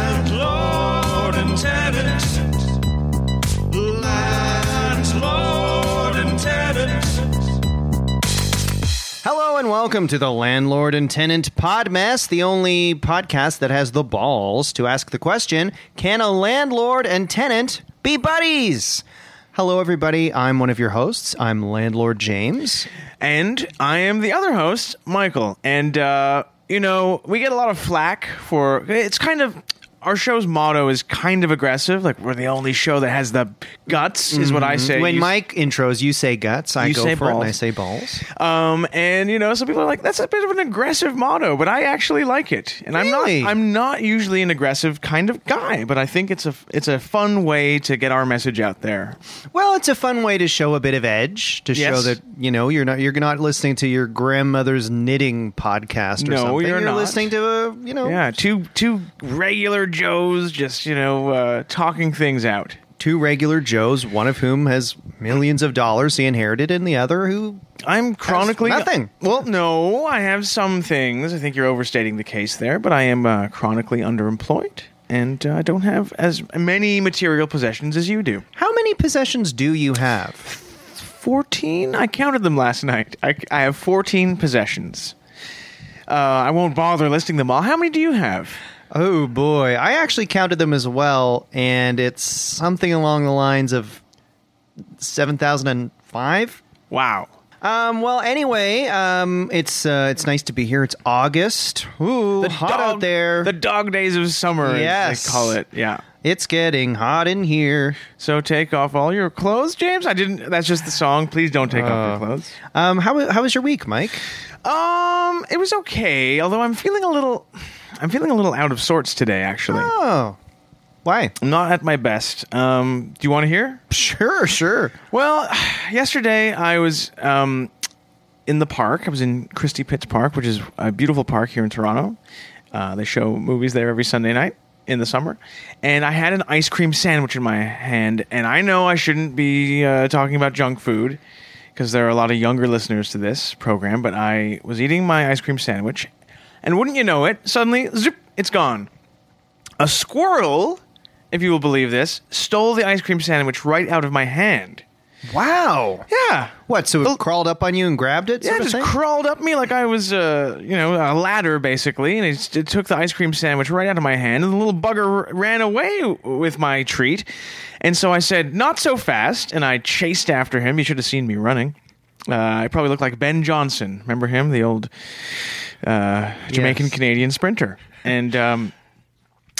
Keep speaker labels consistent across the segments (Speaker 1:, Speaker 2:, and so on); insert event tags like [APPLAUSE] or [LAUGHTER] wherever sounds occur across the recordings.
Speaker 1: Landlord and tenant. Landlord and tenant.
Speaker 2: Hello and welcome to the Landlord and Tenant Podmas, the only podcast that has the balls to ask the question Can a landlord and tenant be buddies? Hello, everybody. I'm one of your hosts. I'm Landlord James.
Speaker 3: And I am the other host, Michael. And, uh, you know, we get a lot of flack for it's kind of our show's motto is kind of aggressive. Like, we're the only show that has the guts, is what I say.
Speaker 2: Mm-hmm. When
Speaker 3: You-
Speaker 2: Mike intros, you say guts, I
Speaker 3: You
Speaker 2: go
Speaker 3: say
Speaker 2: for it, and I
Speaker 3: balls.
Speaker 2: say balls.
Speaker 3: Um, and you know, some people are like, "That's a bit of an aggressive motto," but I actually like it, and
Speaker 2: Really?
Speaker 3: I'm not. I'm not usually an aggressive kind of guy, but I think it's a it's a fun way to get our message out there.
Speaker 2: Well, it's a fun way to show a bit of edge to
Speaker 3: Yes.
Speaker 2: show that you know you're not you're not listening to your grandmother's knitting podcast or
Speaker 3: No,
Speaker 2: something.
Speaker 3: you're not.
Speaker 2: listening to a you know
Speaker 3: Yeah, two two regular Joes just you know uh, talking things out.
Speaker 2: two regular Joes, one of whom has millions of dollars he inherited, and the other who
Speaker 3: I'm chronically
Speaker 2: nothing.
Speaker 3: Well, no, I have some things. I think you're overstating the case there, but I am uh, chronically underemployed, and uh, I don't have as many material possessions as you do.
Speaker 2: how many possessions do you have?
Speaker 3: 14 i counted them last night i, I have 14 possessions uh, i won't bother listing them all how many do you have
Speaker 2: Oh boy, I actually counted them as well, and it's something along the lines of seven thousand and five.
Speaker 3: wow
Speaker 2: Um, well, anyway, um, it's uh, it's nice to be here. It's August. Ooh, hot out
Speaker 3: Dog-
Speaker 2: there.
Speaker 3: the dog days of summer yes
Speaker 2: Yes.
Speaker 3: they call it yeah
Speaker 2: It's getting hot in here.
Speaker 3: so take off all your clothes james i didn't that's just the song please don't take off your clothes
Speaker 2: Um, how how was your week, Mike?
Speaker 3: um it was okay although i'm feeling a little i'm feeling a little out of sorts today actually
Speaker 2: Oh, why?
Speaker 3: i'm not at my best um do you want to hear
Speaker 2: Sure, sure.
Speaker 3: Well, [SIGHS] yesterday I was um, in the park. I was in Christie Pitts Park, which is a beautiful park here in Toronto. Uh, they show movies there every Sunday night in the summer. And I had an ice cream sandwich in my hand. And I know I shouldn't be uh, talking about junk food because there are a lot of younger listeners to this program, but I was eating my ice cream sandwich. And wouldn't you know it, suddenly, zoop, it's gone. A squirrel, if you will believe this, stole the ice cream sandwich right out of my hand.
Speaker 2: Wow.
Speaker 3: Yeah.
Speaker 2: What? So it
Speaker 3: Well-
Speaker 2: crawled up on you and grabbed it?
Speaker 3: Yeah,
Speaker 2: sort
Speaker 3: it
Speaker 2: of thing?
Speaker 3: just crawled up me like I was, uh, you know, a ladder basically, and it, just- it took the ice cream sandwich right out of my hand, and the little bugger r- ran away w- with my treat, and so I said, "Not so fast!" and I chased after him. You should have seen me running. Uh, I probably looked like Ben Johnson. Remember him, the old uh, Jamaican Canadian sprinter, and. Um,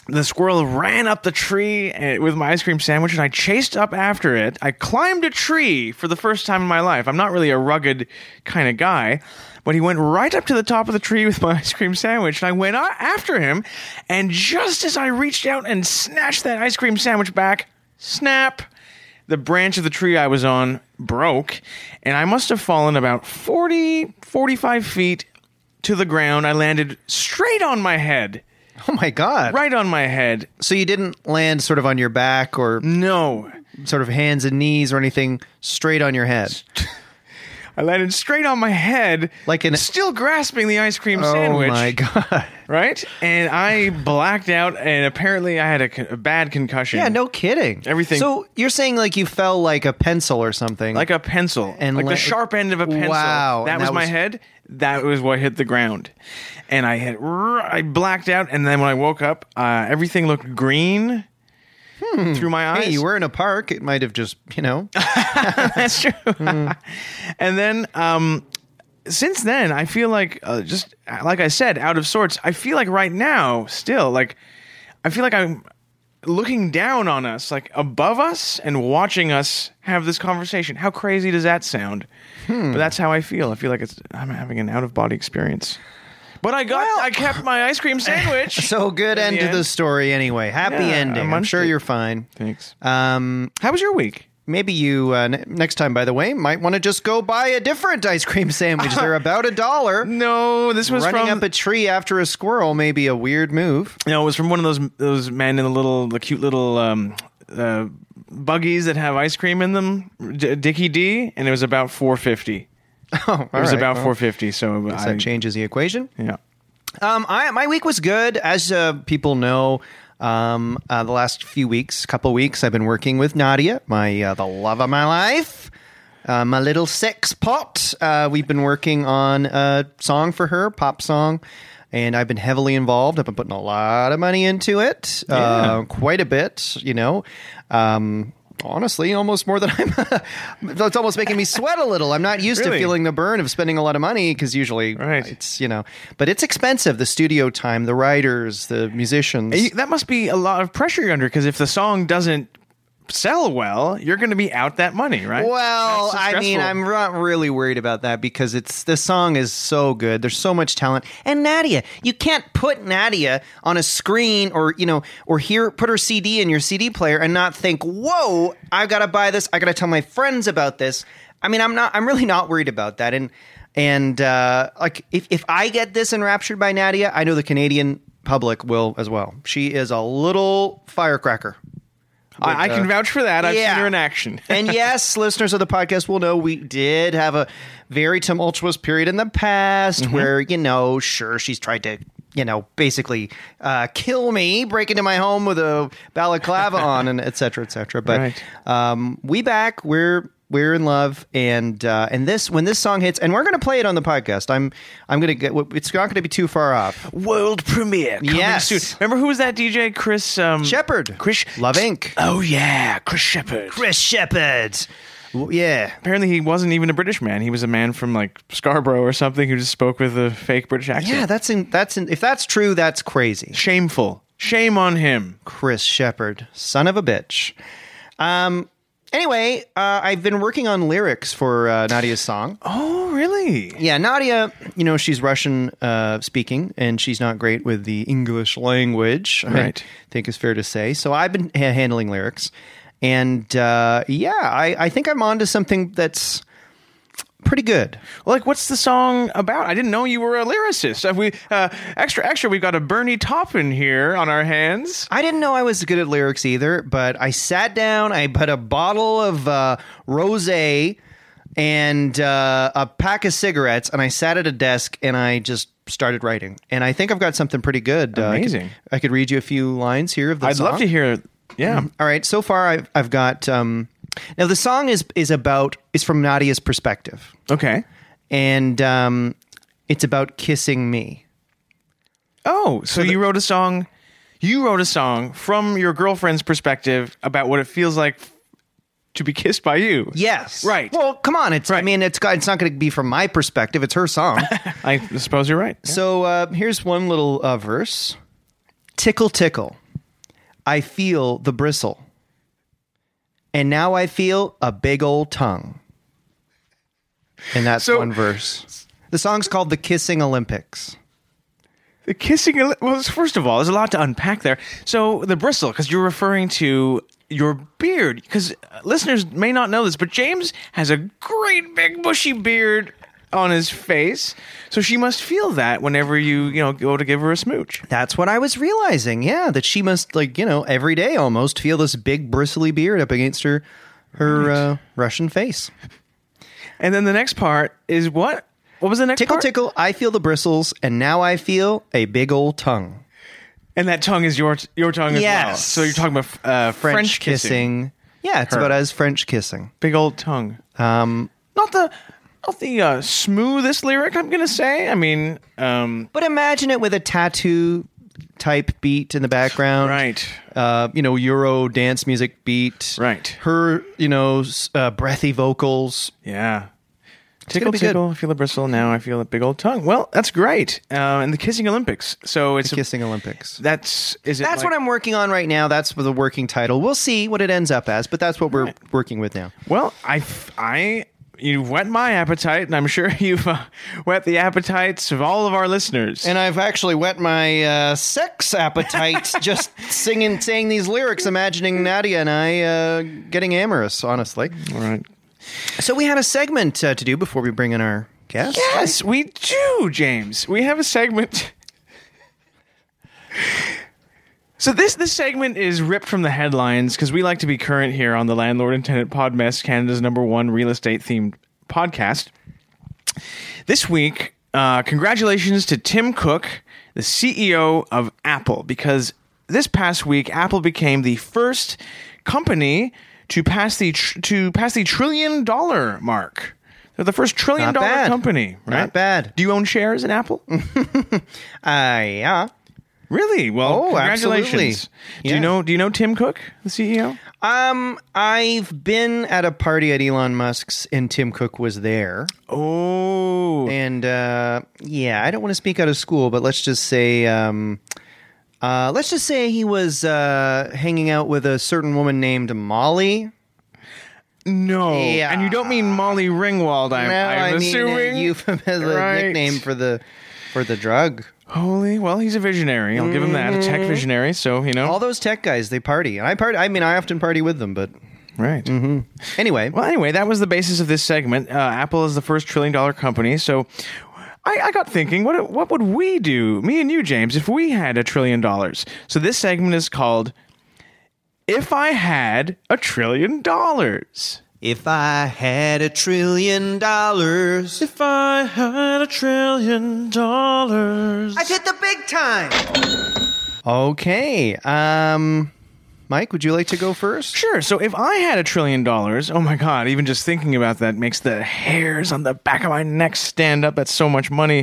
Speaker 3: the squirrel ran up the tree eh, with my ice cream sandwich and I chased up after it. I climbed a tree for the first time in my life. I'm not really a rugged kind of guy, but he went right up to the top of the tree [LAUGHS] with my ice cream sandwich and I went a- after him. And just as I reached out and snatched that ice cream sandwich back, snap, the branch of the tree I was on broke and I must have fallen about 40, 45 feet to the ground. I landed straight on my head.
Speaker 2: Oh my god.
Speaker 3: Right on my head.
Speaker 2: So you didn't land sort of on your back or
Speaker 3: No.
Speaker 2: sort of hands and knees or anything straight on your head.
Speaker 3: I landed straight on my head,
Speaker 2: Like an-
Speaker 3: still grasping the ice cream
Speaker 2: Oh
Speaker 3: sandwich.
Speaker 2: my god.
Speaker 3: Right, and I blacked out, and apparently I had a, con- a bad
Speaker 2: [LAUGHS]
Speaker 3: concussion.
Speaker 2: Yeah, no kidding.
Speaker 3: Everything-
Speaker 2: So you're saying like you fell like a pencil or something.
Speaker 3: like a pencil,
Speaker 2: And
Speaker 3: like
Speaker 2: la-
Speaker 3: the sharp end of a pencil.
Speaker 2: Wow,
Speaker 3: that
Speaker 2: and
Speaker 3: was
Speaker 2: that
Speaker 3: my
Speaker 2: was-
Speaker 3: head. That was what hit the ground, and I had I blacked out, and then when I woke up, uh, everything looked green through my eyes.
Speaker 2: Hmm. hey, you were in a park. It might have just, you know.
Speaker 3: [LAUGHS] That's true. and then, um, since then, I feel like uh, just like I said, out of sorts. I feel like right now, still, like I feel like I'm looking down on us, like above us, and watching us have this conversation. How crazy does that sound? But that's how I feel. I feel like it's I'm having an out of body experience. But I got, I kept my ice cream sandwich.
Speaker 2: So good
Speaker 3: In
Speaker 2: end
Speaker 3: the
Speaker 2: to the
Speaker 3: end.
Speaker 2: story anyway. Happy
Speaker 3: Yeah, I
Speaker 2: ending. I'm
Speaker 3: munched
Speaker 2: sure
Speaker 3: it.
Speaker 2: you're fine.
Speaker 3: [LAUGHS] Thanks.
Speaker 2: Um
Speaker 3: How was your week?
Speaker 2: maybe you uh, ne- next time by the way might want to just go buy a different ice cream
Speaker 3: [LAUGHS]
Speaker 2: sandwich. They're about a dollar.
Speaker 3: No, this was
Speaker 2: Running
Speaker 3: from
Speaker 2: up a tree after a squirrel may be a weird move.
Speaker 3: No, it was from one of those those men in the little, the cute little um, uh, buggies that have ice cream in them, D- Dickie D, and it was about four fifty.
Speaker 2: Oh,
Speaker 3: It was about four fifty. So I,
Speaker 2: that changes the equation.
Speaker 3: yeah.
Speaker 2: Um, I, my week was good, as uh, people know. Um, uh, the last few weeks, couple weeks, I've been working with Nadia, my uh, the love of my life, uh, my little sex pot. Uh, we've been working on a song for her, pop song, and I've been heavily involved. I've been putting a lot of money into it, uh, quite a bit, you know. Um, honestly, almost more than [LAUGHS] I'm. it's almost making me sweat a little. I'm not used to
Speaker 3: Really?
Speaker 2: feeling the burn of spending a lot of money because usually
Speaker 3: Right.
Speaker 2: it's you know but it's expensive the studio time the writers the musicians
Speaker 3: You- That must be a lot of pressure you're under because if the song doesn't sell well, you're going to be out that money, right?
Speaker 2: well
Speaker 3: That's so
Speaker 2: i mean
Speaker 3: stressful.
Speaker 2: i'm not really worried about that because it's the song is so good there's so much talent and nadia you can't put nadia on a screen or you know or here put her cd in your cd player and not think whoa i gotta buy this i gotta tell my friends about this i mean i'm not i'm really not worried about that and and uh like if, if i get this enraptured by nadia i know the canadian public will as well she is a little firecracker
Speaker 3: I, I can vouch for that. I've
Speaker 2: yeah.
Speaker 3: seen her in action.
Speaker 2: and yes, listeners of the podcast will know we did have a very tumultuous period in the past where, you know, sure, she's tried to, you know, basically uh, kill me, break into my home with a balaclava on, and et cetera, et cetera. But
Speaker 3: Right.
Speaker 2: um, we back. We're. We're in love, and uh, and this when this song hits, and we're gonna play it on the podcast. I'm I'm gonna get. It's not gonna be too far off.
Speaker 3: [LAUGHS] World premiere coming
Speaker 2: Yes.
Speaker 3: soon. Remember who was that DJ? Chris um,
Speaker 2: Shepherd,
Speaker 3: Chris
Speaker 2: Love Inc.
Speaker 3: Oh yeah, Chris Shepard.
Speaker 2: Chris Shepherd. W- Yeah,
Speaker 3: Apparently, he wasn't even a British man. He was a man from like Scarborough or something who just spoke with a fake British accent.
Speaker 2: yeah. That's in. That's in. If that's true, that's crazy.
Speaker 3: shameful. Shame on him.
Speaker 2: Chris Shepard, son of a bitch. Um. Anyway, uh, I've been working on lyrics for uh, Nadia's song.
Speaker 3: Oh really?
Speaker 2: Yeah, Nadia, you know, she's Russian uh, speaking, and she's not great with the English language.
Speaker 3: Right.
Speaker 2: I think it's fair to say. So I've been ha- handling lyrics, and uh, yeah, I, I think I'm onto something that's pretty good.
Speaker 3: Like, what's the song about? I didn't know you were a lyricist. Have we uh, extra extra? We've got a Bernie Taupin here on our hands.
Speaker 2: I didn't know I was good at lyrics either, but I sat down, I put a bottle of uh, rosé and uh, a pack of cigarettes, and I sat at a desk and I just started writing. And I think I've got something pretty good. Uh, I could- I
Speaker 3: Amazing.
Speaker 2: could, read you a few lines here of the
Speaker 3: I'd
Speaker 2: song.
Speaker 3: love to hear. Yeah.
Speaker 2: All right, so far I've, I've got. Um, now the song is is about is from Nadia's perspective,
Speaker 3: Okay.
Speaker 2: and um, it's about kissing me.
Speaker 3: Oh, so, you wrote a song. You wrote a song from your girlfriend's perspective about what it feels like to be kissed by you.
Speaker 2: Yes,
Speaker 3: Right.
Speaker 2: Well, come on, it's. I
Speaker 3: Right.
Speaker 2: mean, it's got- it's not going to be from my perspective. It's her
Speaker 3: [LAUGHS]
Speaker 2: song.
Speaker 3: I suppose you're right.
Speaker 2: So uh, here's one little uh, verse Tickle, tickle. I feel the bristle. And now I feel a big old tongue. And that's
Speaker 3: So-
Speaker 2: one verse. The song's called The Kissing Olympics.
Speaker 3: The kissing. Well, first of all, there's a lot to unpack there. So the bristle, because you're referring to your beard, because listeners may not know this, but James has a great big bushy beard on his face. So she must feel that whenever you you know go to give her a smooch.
Speaker 2: That's what I was realizing. Yeah, that she must, like, you know, every day almost feel this big bristly beard up against her, her uh, Russian face.
Speaker 3: And then the next part is what? What was the next
Speaker 2: Tickle,
Speaker 3: part?
Speaker 2: tickle. I feel the bristles. And now I feel a big old tongue.
Speaker 3: And that tongue is your your tongue as well.
Speaker 2: Yes.
Speaker 3: So you're talking about uh, French, kissing.
Speaker 2: Yeah, it's about as French kissing.
Speaker 3: big old tongue.
Speaker 2: Um,
Speaker 3: Not the not the uh, smoothest lyric. I'm gonna say. I mean, um,
Speaker 2: but imagine it with a tattoo type beat in the background.
Speaker 3: right.
Speaker 2: Uh, you know, Euro dance music beat.
Speaker 3: Right.
Speaker 2: Her, you know, s- uh, breathy vocals.
Speaker 3: Yeah.
Speaker 2: gonna
Speaker 3: Tickle,
Speaker 2: be good.
Speaker 3: tickle. I feel the bristle. Now I feel the big old tongue. Well, that's great. Uh, and the kissing Olympics. So it's a-
Speaker 2: Kissing Olympics.
Speaker 3: that's is it?
Speaker 2: That's what I'm working on right now. That's the working title. We'll see what it ends up as, but that's what we're working with now.
Speaker 3: Well, I f- I you whet my appetite, and I'm sure [LAUGHS] you've uh, whet the appetites of all of our listeners.
Speaker 2: And I've actually wet my uh, sex appetite [LAUGHS] just singing, saying these lyrics, imagining Nadia and I uh, getting amorous, honestly.
Speaker 3: all right.
Speaker 2: So we had a segment uh, to do before we bring in our guest.
Speaker 3: Yes, we do, James. We have a segment. [LAUGHS] So this this segment is ripped from the headlines because we like to be current here on the Landlord and Tenant Podmess, Canada's number one real estate themed podcast. This week, uh, congratulations to Tim Cook, the CEO of Apple, because this past week Apple became the first company to pass the tr- to pass the trillion dollar mark. They're the first trillion
Speaker 2: Not
Speaker 3: dollar
Speaker 2: bad.
Speaker 3: company,
Speaker 2: Not
Speaker 3: right?
Speaker 2: bad. Mm.
Speaker 3: Do you own shares in Apple?
Speaker 2: Uh, yeah.
Speaker 3: really? Well,
Speaker 2: Oh, absolutely.
Speaker 3: congratulations. Do
Speaker 2: Yeah.
Speaker 3: you know do you know Tim Cook, the E CEO?
Speaker 2: Um, I've been at a party at Elon Musk's, and Tim Cook was there.
Speaker 3: Oh.
Speaker 2: And uh, yeah, I don't want to speak out of school, but let's just say, um, uh, let's just say he was uh, hanging out with a certain woman named Molly.
Speaker 3: No,
Speaker 2: Yeah.
Speaker 3: and you don't mean Molly Ringwald. I'm,
Speaker 2: Now
Speaker 3: I'm
Speaker 2: I mean uh,
Speaker 3: assuming.
Speaker 2: a [LAUGHS] euphemism,
Speaker 3: Right.
Speaker 2: nickname for the for the drug.
Speaker 3: Holy, well, he's a visionary. I'll give him that. A tech visionary. So you know,
Speaker 2: All those tech guys, they party, and I party. I mean, I often party with them, but
Speaker 3: right.
Speaker 2: anyway,
Speaker 3: Well, anyway, that was the basis of this segment. Uh, Apple is the first trillion dollar company. So I, I got thinking, what what would we do, me and you, James, if we had a trillion dollars? So this segment is called "If I Had a Trillion Dollars."
Speaker 2: if I had a trillion dollars,
Speaker 3: If I had a trillion dollars,
Speaker 2: I'd hit the big time. Okay, um, Mike, would you like to go first?
Speaker 3: Sure. So if I had a trillion dollars, oh my God, even just thinking about that makes the hairs on the back of my neck stand up. That's so much money.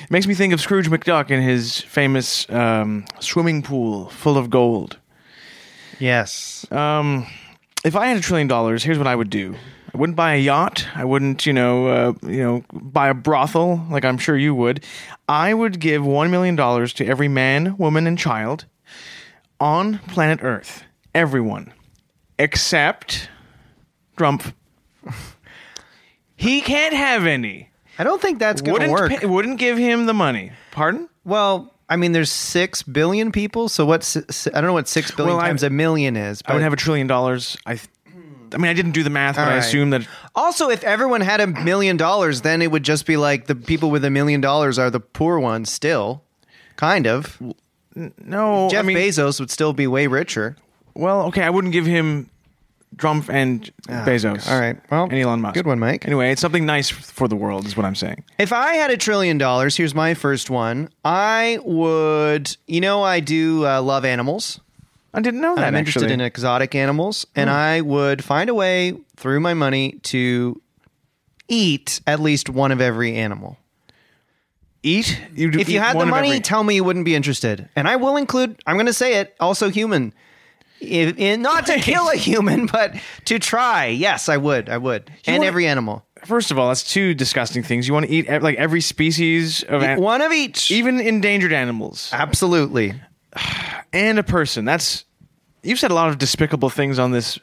Speaker 3: It makes me think of Scrooge McDuck and his famous um, swimming pool full of gold.
Speaker 2: Yes.
Speaker 3: Um, if I had a trillion dollars, here's what I would do. I wouldn't buy a yacht. I wouldn't, you know, uh, you know, buy a brothel like I'm sure you would. I would give one million dollars to every man, woman, and child on planet Earth. Everyone, except Trump. he can't have any.
Speaker 2: I don't think that's going to
Speaker 3: Wouldn't
Speaker 2: work.
Speaker 3: pay- wouldn't give him the money. Pardon?
Speaker 2: well, I mean, there's six billion people, so what's I don't know what six billion
Speaker 3: Well, I-
Speaker 2: times a million is. But
Speaker 3: I would have a trillion dollars. I, th- I mean, I didn't do the math, but I
Speaker 2: Alright.
Speaker 3: assume that
Speaker 2: also, if everyone had a million dollars, then it would just be like the people with a million dollars are the poor ones still, kind of.
Speaker 3: no.
Speaker 2: Jeff
Speaker 3: I mean,
Speaker 2: Bezos would still be way richer.
Speaker 3: Well, okay, I wouldn't give him Trump and Bezos.
Speaker 2: Ah, All right, well,
Speaker 3: and Elon Musk.
Speaker 2: good one, Mike.
Speaker 3: Anyway, it's something nice f- for the world, is what I'm saying.
Speaker 2: If I had a trillion dollars, here's my first one. I would, you know, I do uh, love animals.
Speaker 3: I didn't know that.
Speaker 2: I'm interested
Speaker 3: actually. Hmm.
Speaker 2: in exotic animals, and I would find a way through my money to eat at least one of every animal.
Speaker 3: Eat. You do
Speaker 2: If you
Speaker 3: eat
Speaker 2: had the
Speaker 3: one of
Speaker 2: money,
Speaker 3: every-
Speaker 2: tell me you wouldn't be interested, and I will include. I'm going to say it. Also, human. If, in, not
Speaker 3: [LAUGHS]
Speaker 2: to kill a human, but to try. Yes, I would. I would, and
Speaker 3: wanna-
Speaker 2: every animal.
Speaker 3: First of all, that's two disgusting things. You want to eat ev- like every species of an-
Speaker 2: One of each.
Speaker 3: even endangered animals,
Speaker 2: Absolutely.
Speaker 3: and a person. That's you've said a lot of despicable things on this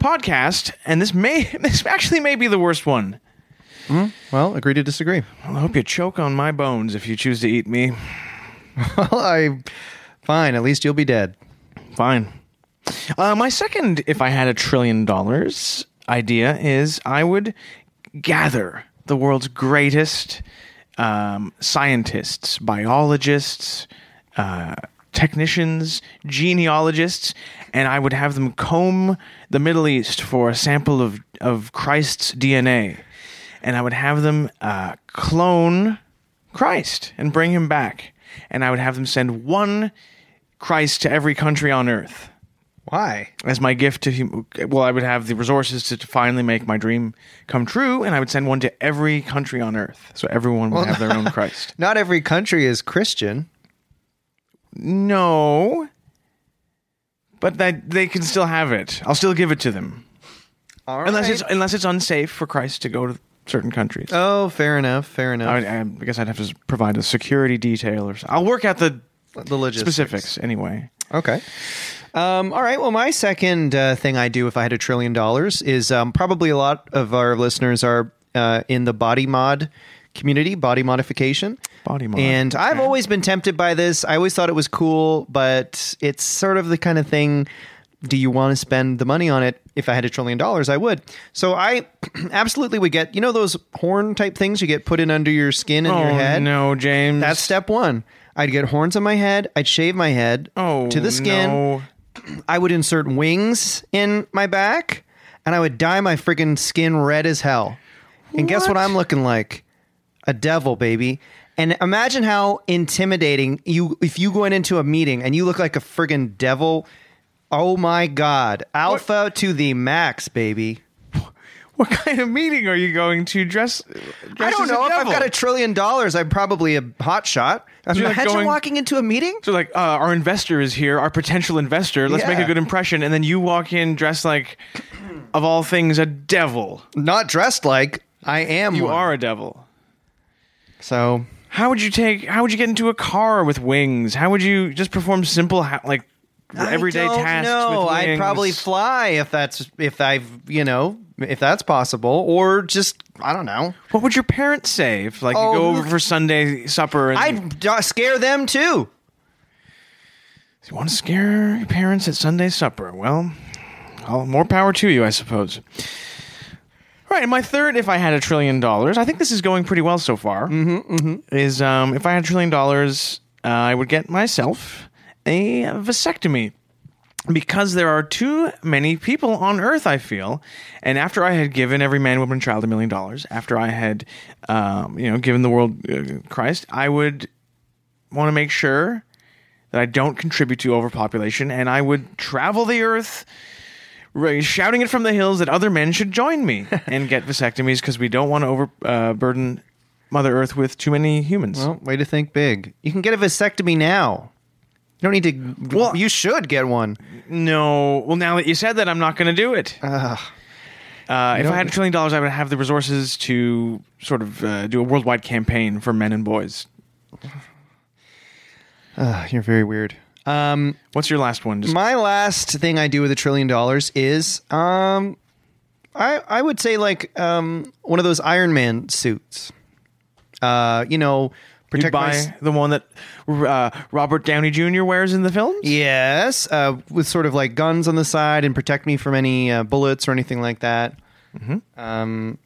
Speaker 3: podcast, and this may [LAUGHS] this actually may be the worst one.
Speaker 2: Well, agree to disagree.
Speaker 3: Well, I hope you choke on my bones if you choose to eat me.
Speaker 2: Well, I. Fine. At least you'll be dead.
Speaker 3: Fine. Uh, my second, if I had a trillion dollars, idea is I would gather the world's greatest um, scientists, biologists, uh, technicians, genealogists, and I would have them comb the Middle East for a sample of, of Christ's DNA. And I would have them uh, clone Christ and bring him back. And I would have them send one Christ to every country on earth
Speaker 2: Why?
Speaker 3: as my gift to hum- well i would have the resources to, to finally make my dream come true and i would send one to every country on earth so everyone would
Speaker 2: [LAUGHS]
Speaker 3: have their own christ
Speaker 2: Not every country is Christian.
Speaker 3: no but that they can still have it i'll still give it to them
Speaker 2: All
Speaker 3: unless
Speaker 2: right.
Speaker 3: it's unless it's unsafe for christ to go to certain countries
Speaker 2: Oh, fair enough. Fair enough.
Speaker 3: I, would- I guess i'd have to s- provide a security detail or something i'll work out the
Speaker 2: the logistics.
Speaker 3: specifics anyway
Speaker 2: Okay. Um, all right. Well, my second uh, thing I do if I had a trillion dollars is um, probably a lot of our listeners are uh, in the body mod community, body modification.
Speaker 3: Body mod.
Speaker 2: And I've
Speaker 3: Okay.
Speaker 2: always been tempted by this. I always thought it was cool, but it's sort of the kind of thing. Do you want to spend the money on it? If I had a trillion dollars, I would. So I [CLEARS THROAT] absolutely would get, you know, those horn type things you get put in under your skin and your
Speaker 3: oh
Speaker 2: head.
Speaker 3: no james [LAUGHS]
Speaker 2: That's step one. I'd get horns on my head. I'd shave my head
Speaker 3: oh
Speaker 2: to the skin.
Speaker 3: no.
Speaker 2: I would insert wings in my back, and I would dye my friggin' skin red as hell. And guess what
Speaker 3: What?
Speaker 2: I'm looking like? a devil, baby. And imagine how intimidating you if you going into a meeting and you look like a friggin' devil. Oh my god, alpha to the max, baby.
Speaker 3: What kind of meeting are you going to dress?
Speaker 2: I
Speaker 3: dress
Speaker 2: don't
Speaker 3: as a
Speaker 2: know if I've
Speaker 3: devil?
Speaker 2: got a trillion dollars. I'm probably a hot shot.
Speaker 3: You're, like,
Speaker 2: Imagine
Speaker 3: going-
Speaker 2: walking into a meeting.
Speaker 3: So like, uh, our investor is here, our potential investor. Let's make
Speaker 2: Yeah.
Speaker 3: a good impression, and then you walk in dressed like, of all things, a devil.
Speaker 2: Not dressed like I am.
Speaker 3: You
Speaker 2: one.
Speaker 3: are a devil.
Speaker 2: So
Speaker 3: How would you take? How would you get into a car with wings? How would you just perform simple, ha- like everyday
Speaker 2: I don't
Speaker 3: tasks?
Speaker 2: know.
Speaker 3: with
Speaker 2: I'd
Speaker 3: wings?
Speaker 2: probably fly if that's if I've you know if that's possible, or just I don't know.
Speaker 3: What would your parents say if, like,
Speaker 2: Oh,
Speaker 3: you go
Speaker 2: who-
Speaker 3: over for Sunday supper and
Speaker 2: I'd d- scare them too.
Speaker 3: you want to scare your parents at Sunday supper? Well, all, more power to you, I suppose. All right, and my third, if I had a trillion dollars, I think this is going pretty well so far. Mm-hmm, Is um, if I had a trillion dollars, uh, I would get myself a vasectomy. because there are too many people on earth i feel and after i had given every man woman and child a million dollars after i had um, you know given the world uh, christ i would want to make sure that i don't contribute to overpopulation and i would travel the earth ra- shouting it from the hills that other men should join me and get vasectomies because we don't want to overburden mother earth with too many humans
Speaker 2: Well, way to think big. You can get a vasectomy now. You don't need to.
Speaker 3: Well-
Speaker 2: you should get one.
Speaker 3: No. Well, now that you said that, I'm not going to do it. Uh, if I had a trillion dollars, I would have the resources to sort of uh, do a worldwide campaign for men and boys.
Speaker 2: Ugh, you're very weird. Um,
Speaker 3: What's your last one? Just,
Speaker 2: my last thing I do with a trillion dollars is um, I I would say like um one of those Iron Man suits. Uh, you know,
Speaker 3: you
Speaker 2: protect my
Speaker 3: buy
Speaker 2: s-
Speaker 3: the one that uh, Robert Downey Jr. wears in the films?
Speaker 2: Yes, uh, with sort of like guns on the side and protect me from any uh, bullets or anything like that.
Speaker 3: Mm-hmm.
Speaker 2: Um,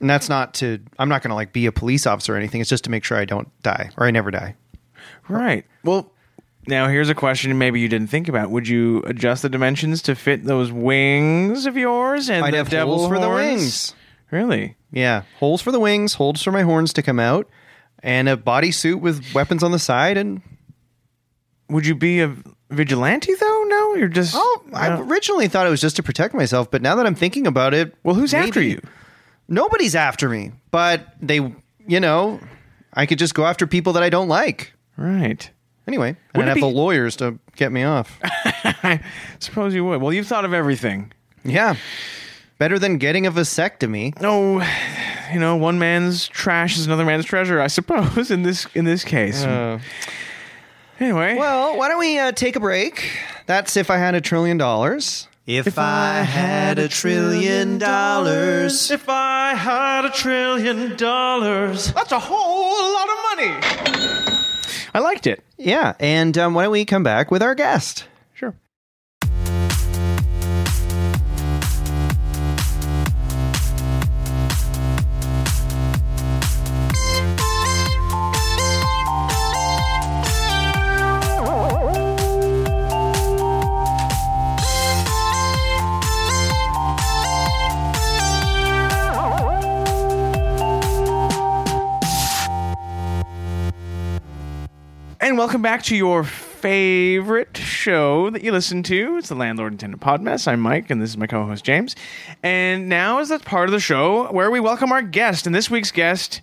Speaker 2: and that's not to. I'm not going to like be a police officer or anything. It's just to make sure I don't die or I never die.
Speaker 3: Right. Well, now here's a question maybe you didn't think about. Would you adjust the dimensions to fit those wings of yours and
Speaker 2: I'd
Speaker 3: the
Speaker 2: have
Speaker 3: devil
Speaker 2: holes for the
Speaker 3: horns?
Speaker 2: wings.
Speaker 3: Really?
Speaker 2: Yeah, holes for the wings, holes for my horns to come out, and a bodysuit with weapons on the side. And
Speaker 3: Would you be a vigilante though? No, you're just
Speaker 2: oh, I
Speaker 3: No.
Speaker 2: originally thought it was just to protect myself, but now that I'm thinking about it,
Speaker 3: well, who's after
Speaker 2: maybe-
Speaker 3: you?
Speaker 2: Nobody's after me, but they, you know, I could just go after people that I don't like.
Speaker 3: Right.
Speaker 2: Anyway, and
Speaker 3: Wouldn't
Speaker 2: I'd have
Speaker 3: it
Speaker 2: the
Speaker 3: be-
Speaker 2: lawyers to get me
Speaker 3: [LAUGHS]
Speaker 2: off.
Speaker 3: I suppose you would. Well, you've thought of everything.
Speaker 2: yeah. Better than getting a vasectomy.
Speaker 3: No, you know, one man's trash is another man's treasure. I suppose in this in this case. anyway,
Speaker 2: Well, why don't we uh, take a break? That's if I had a trillion dollars.
Speaker 4: If I had a trillion dollars.
Speaker 3: if I had a trillion dollars, that's a whole lot of money. I liked it.
Speaker 2: Yeah, and um, why don't we come back with our guest?
Speaker 3: Sure. And welcome back to your favorite show that you listen to. It's the Landlord and Tenant Podmess. I'm Mike, and this is my co-host James. And now is that part of the show where we welcome our guest. And this week's guest,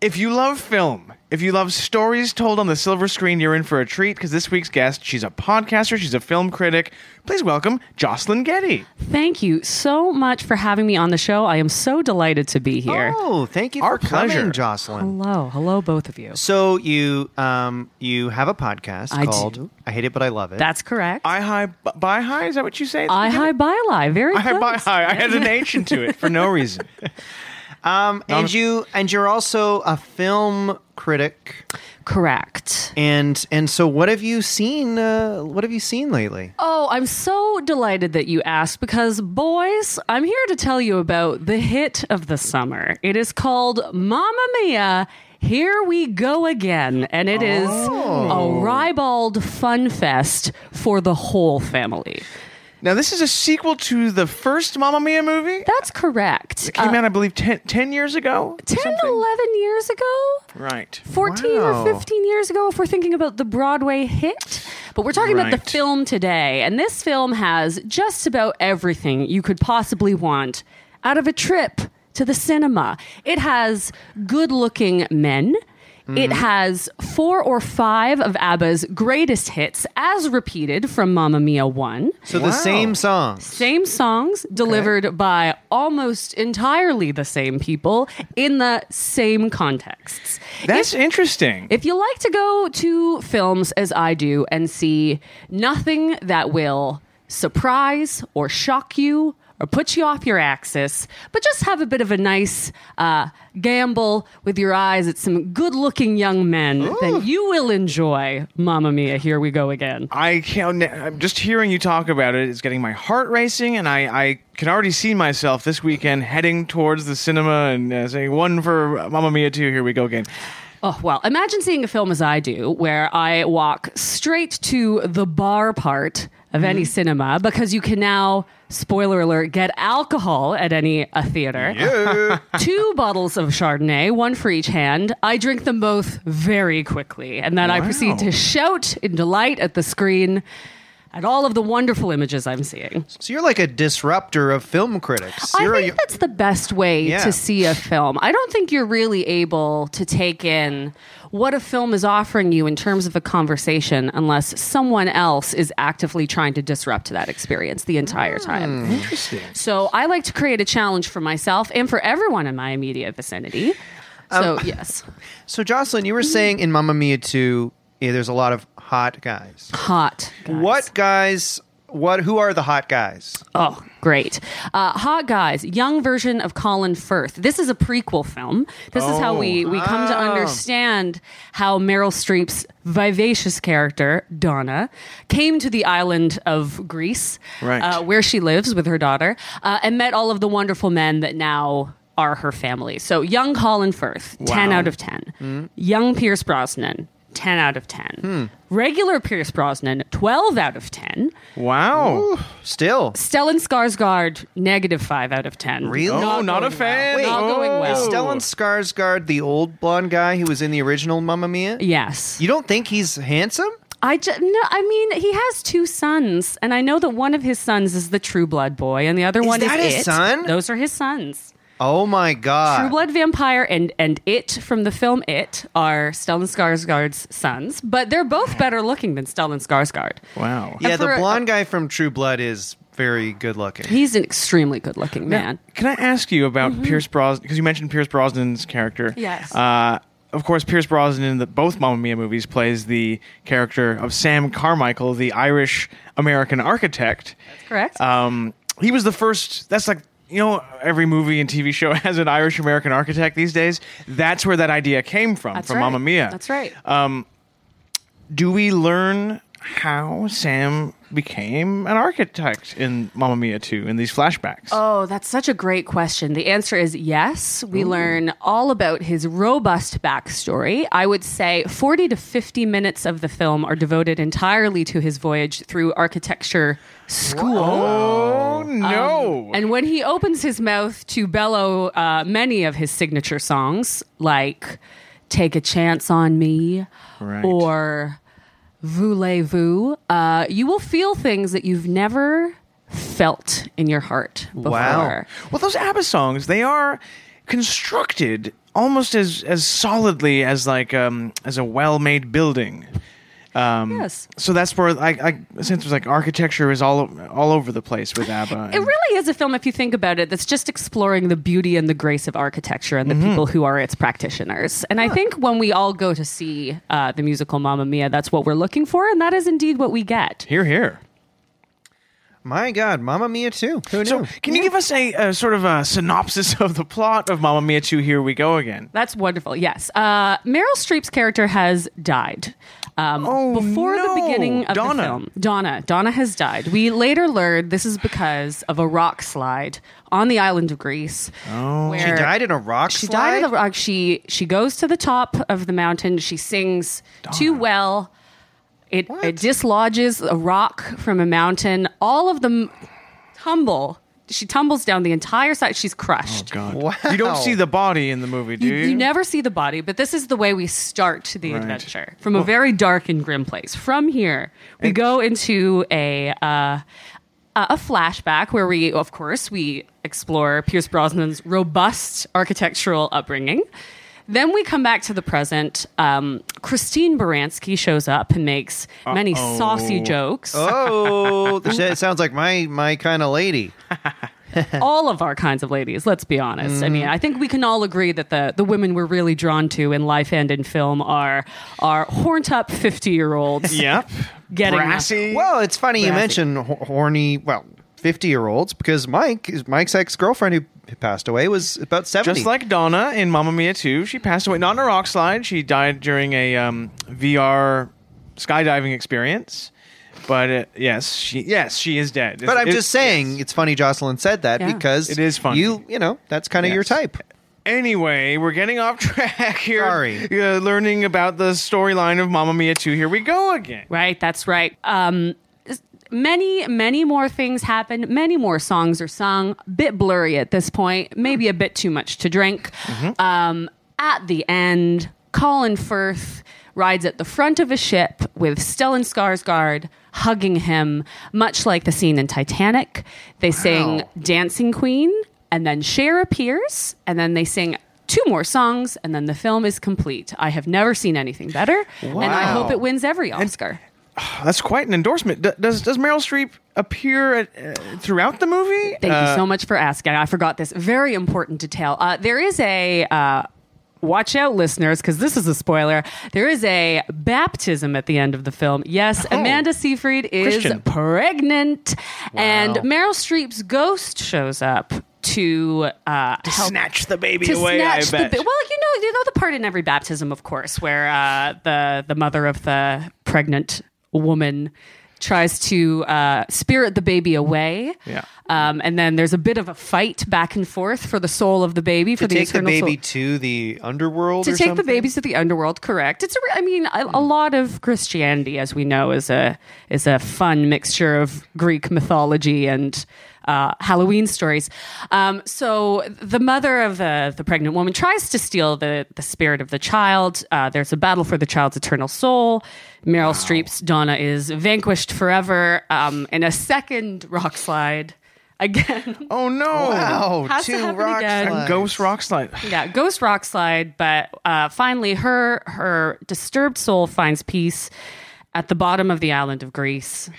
Speaker 3: if you love film, if you love stories told on the silver screen, you're in for a treat because this week's guest, she's a podcaster, she's a film critic. Please welcome Jocelyn Getty.
Speaker 5: Thank you so much for having me on the show. I am so delighted to be here.
Speaker 2: Oh, thank you
Speaker 3: Our
Speaker 2: for
Speaker 3: pleasure.
Speaker 2: coming, Jocelyn.
Speaker 5: Hello, hello, both of you.
Speaker 2: So you um you have a podcast
Speaker 5: I
Speaker 2: called
Speaker 5: do.
Speaker 2: I Hate It But I Love It.
Speaker 5: That's correct.
Speaker 3: I high, b- buy high. Is that what you say? at the
Speaker 5: I
Speaker 3: beginning?
Speaker 5: high by lie. Very
Speaker 3: I high,
Speaker 5: close.
Speaker 3: buy high. I had an H into it for no reason.
Speaker 2: and you and you're also a film critic.
Speaker 5: Correct.
Speaker 2: And and so what have you seen uh, what have you seen lately?
Speaker 5: Oh, I'm so delighted that you asked because, boys, I'm here to tell you about the hit of the summer. It is called Mamma Mia. Here we go again. And it is
Speaker 3: Oh.
Speaker 5: a ribald fun fest for the whole family.
Speaker 3: Now, this is a sequel to the first Mamma Mia movie.
Speaker 5: That's correct.
Speaker 3: Came
Speaker 5: Uh,
Speaker 3: out, I believe, 10, 10 years ago.
Speaker 5: 10,
Speaker 3: something.
Speaker 5: 11 years ago?
Speaker 3: Right.
Speaker 5: 14
Speaker 2: Wow.
Speaker 5: or 15 years ago if we're thinking about the Broadway hit. But we're talking about
Speaker 3: Right.
Speaker 5: the film today, and this film has just about everything you could possibly want out of a trip to the cinema. It has good looking men. It has four or five of ABBA's greatest hits, as repeated from Mamma Mia 1.
Speaker 2: So the same song.
Speaker 5: Same songs delivered by almost entirely the same people in the same contexts.
Speaker 3: That's interesting.
Speaker 5: If you like to go to films as I do and see nothing that will surprise or shock you or put you off your axis, but just have a bit of a nice uh, gamble with your eyes at some good looking young men, then you will enjoy Mamma Mia, Here We Go Again.
Speaker 3: I can I'm just hearing you talk about it. It's getting my heart racing, and I, I can already see myself this weekend heading towards the cinema and uh, saying one for Mamma Mia two. Here we go again.
Speaker 5: Oh, well, imagine seeing a film as I do, where I walk straight to the bar part of any cinema because you can now, spoiler alert, get alcohol at any a theater. [LAUGHS] Two bottles of Chardonnay, one for each hand. I drink them both very quickly, and then I proceed to shout in delight at the screen at all of the wonderful images I'm seeing.
Speaker 2: So you're like a disruptor of film critics.
Speaker 5: I
Speaker 2: You're a-
Speaker 5: think that's the best way
Speaker 2: Yeah.
Speaker 5: to see a film. I don't think you're really able to take in what a film is offering you in terms of a conversation unless someone else is actively trying to disrupt that experience the entire
Speaker 2: Hmm,
Speaker 5: time. Interesting. So I like to create a challenge for myself and for everyone in my immediate vicinity.
Speaker 2: Um,
Speaker 5: So, yes,
Speaker 2: so Jocelyn, you
Speaker 5: Mm.
Speaker 2: were saying in Mamma Mia 2, yeah, there's a lot of hot guys.
Speaker 5: hot. guys.
Speaker 2: What guys? What? Who are the hot guys?
Speaker 5: Oh, great. Uh, Hot Guys, young version of Colin Firth. This is a prequel film. This is how we, we come to understand how Meryl Streep's vivacious character, Donna, came to the island of Greece,
Speaker 3: Right.
Speaker 5: uh, where she lives with her daughter, uh, and met all of the wonderful men that now are her family. So, young Colin Firth, 10 out of 10. Young Pierce Brosnan, 10 out of 10. Regular Pierce Brosnan, 12 out of 10.
Speaker 3: Wow.
Speaker 2: Still,
Speaker 5: Stellan Skarsgård, negative five out of ten.
Speaker 2: Really?
Speaker 3: Oh, not a
Speaker 5: going
Speaker 3: fan. Oh.
Speaker 5: Well. Not
Speaker 2: Wait,
Speaker 5: going
Speaker 2: is
Speaker 5: well.
Speaker 2: Stellan Skarsgård the old blonde guy who was in the original Mamma Mia?
Speaker 5: Yes,
Speaker 2: You don't think he's handsome?
Speaker 5: I ju- no. I mean, he has two sons, and I know that one of his sons is the True Blood boy, and the other one
Speaker 2: that
Speaker 5: is
Speaker 2: his
Speaker 5: It.
Speaker 2: son?
Speaker 5: Those are his sons.
Speaker 2: Oh my god!
Speaker 5: True Blood vampire and and It from the film It are Stellan Skarsgård's sons, but they're both better looking than Stellan Skarsgård.
Speaker 3: Wow.
Speaker 2: Yeah, the
Speaker 5: for a-
Speaker 2: blonde guy from True Blood is very good looking.
Speaker 5: He's an extremely good looking man.
Speaker 3: Can I ask you about Pierce Brosnan? Because you mentioned Pierce Brosnan's character.
Speaker 5: Mm-hmm. Yes.
Speaker 3: Uh, of course, Pierce Brosnan in the, both Mamma Mia movies plays the character of Sam Carmichael, the Irish American architect.
Speaker 5: Correct.
Speaker 3: Um, he was the first. That's like you know every movie and TV show [LAUGHS] has an Irish American architect these days. That's where that idea came from
Speaker 5: That's
Speaker 3: from
Speaker 5: right.
Speaker 3: Mamma Mia.
Speaker 5: That's right.
Speaker 3: Do we learn how Sam became an architect in Mamma Mia 2 in these flashbacks?
Speaker 5: Oh, that's such a great question. The answer is yes. We learn all about his robust backstory. I would say 40 to 50 minutes of the film are devoted entirely to his voyage through architecture school.
Speaker 3: oh no!
Speaker 5: And when he opens his mouth to bellow uh, many of his signature songs, like Take a Chance on Me
Speaker 3: Right.
Speaker 5: or Voulez-Vous, uh, you will feel things that you've never felt in your heart before.
Speaker 3: Well, those ABBA songs, they are constructed almost as, as solidly as like um, as a well made building.
Speaker 5: Yes.
Speaker 3: So that's where I, I since it was like architecture is all all over the place
Speaker 5: [LAUGHS]
Speaker 3: with ABBA.
Speaker 5: It
Speaker 3: and-
Speaker 5: really is a film, if you think about it, that's just exploring the beauty and the grace of architecture and the people who are its practitioners. And I think when we all go to see uh, the musical Mamma Mia, that's what we're looking for, and that is indeed what we get.
Speaker 3: here, here.
Speaker 2: My god, Mamma Mia too. Who knew?
Speaker 3: So, can you give us a, a sort of a synopsis of the plot of Mamma Mia 2 Here We Go Again?
Speaker 5: That's wonderful. Yes. Uh, Meryl Streep's character has died. Um,
Speaker 3: Oh,
Speaker 5: before
Speaker 3: no.
Speaker 5: the beginning of
Speaker 3: Donna.
Speaker 5: the film, Donna. Donna has died. We later learned this is because of a rock slide on the island of Greece. Oh,
Speaker 2: she died in a rock
Speaker 5: She
Speaker 2: slide.
Speaker 5: died of the rock. She she goes to the top of the mountain. She sings too well. It, it dislodges a rock from a mountain. all of them tumble. She tumbles down the entire side. She's crushed.
Speaker 3: God.
Speaker 2: Wow.
Speaker 3: You don't see the body in the movie, do
Speaker 5: You,
Speaker 3: you?
Speaker 5: you never see the body, but this is the way we start the
Speaker 3: Right.
Speaker 5: adventure from a very dark and grim place. From here, we go into a uh, a a flashback where we, of course, we explore Pierce Brosnan's robust architectural upbringing. Then we come back to the present. Um, Christine Baranski shows up and makes many saucy jokes. [LAUGHS]
Speaker 2: Oh, it sounds like my my kind of lady.
Speaker 5: all of our kinds of ladies. Let's be honest. I mean, I think we can all agree that the the women we're really drawn to in life and in film are are horned up fifty year olds
Speaker 3: Yep.
Speaker 5: getting
Speaker 3: Brassy.
Speaker 2: Well, it's funny you
Speaker 5: Brassy.
Speaker 2: mention ho- horny. Well, fifty year olds because Mike, is Mike's ex girlfriend who passed away was about seventy.
Speaker 3: Just like Donna in Mamma Mia 2, she passed away, not in a rock slide. She died during a um, VR skydiving experience. But uh, yes, she yes she is dead.
Speaker 2: but I'm
Speaker 3: It-
Speaker 2: just saying, it's funny Jocelyn said that
Speaker 5: Yeah.
Speaker 2: because
Speaker 3: It is funny.
Speaker 2: You you know that's kind of your
Speaker 3: Yes.
Speaker 2: type.
Speaker 3: Anyway, we're getting off [LAUGHS] track here.
Speaker 2: Sorry.
Speaker 3: Uh, learning about the storyline of Mamma Mia 2. Here we go again.
Speaker 5: Right, that's right. Um, s- many, many more things happen. Many more songs are sung. Bit blurry at this point. Maybe a bit too much to drink. Um, at the end, Colin Firth rides at the front of a ship with Stellan Skarsgård hugging him, much like the scene in Titanic. They sing "Dancing Queen," and then Cher appears, and then they sing. Two more songs, and then the film is complete. I have never seen anything better, and I
Speaker 2: Wow.
Speaker 5: hope it wins every Oscar.
Speaker 3: That's quite an endorsement. D- does does Meryl Streep appear at, uh, throughout the movie?
Speaker 5: Thank
Speaker 3: Uh,
Speaker 5: you so much for asking. I forgot this very important detail. Uh, there is a. Uh, Watch out, listeners, because this is a spoiler. There is a baptism at the end of the film. Yes, Amanda Seyfried is
Speaker 3: Oh. Christian.
Speaker 5: pregnant, and Meryl Streep's ghost shows up to uh, help
Speaker 3: snatch the baby
Speaker 5: to
Speaker 3: away.
Speaker 5: snatch
Speaker 3: I bet.
Speaker 5: the ba- well you know you know the part in every baptism of course where uh, the the mother of the pregnant woman tries to uh, spirit the baby away
Speaker 3: Yeah.
Speaker 5: um, and then there's a bit of a fight back and forth for the soul of the baby for
Speaker 2: To
Speaker 5: the
Speaker 2: take the
Speaker 5: eternal soul-
Speaker 2: baby to the underworld.
Speaker 5: to
Speaker 2: or
Speaker 5: take the
Speaker 2: something? Hmm.
Speaker 5: babies to the underworld correct it's a re- i mean a, a lot of christianity as we know is a is a fun mixture of greek mythology and uh, halloween stories um, so the mother of uh, the, the pregnant woman tries to steal the the spirit of the child uh, there's a battle for the child's eternal soul meryl streep's donna is vanquished forever um, in a second rock slide
Speaker 2: [LAUGHS]
Speaker 5: again
Speaker 3: oh no!
Speaker 2: Wow,
Speaker 5: Has to
Speaker 2: two
Speaker 5: happen
Speaker 2: rock
Speaker 5: again.
Speaker 2: slides.
Speaker 3: Ghost rock slide.
Speaker 5: yeah, ghost rock slide, but uh, finally her her disturbed soul finds peace at the bottom of the island of Greece,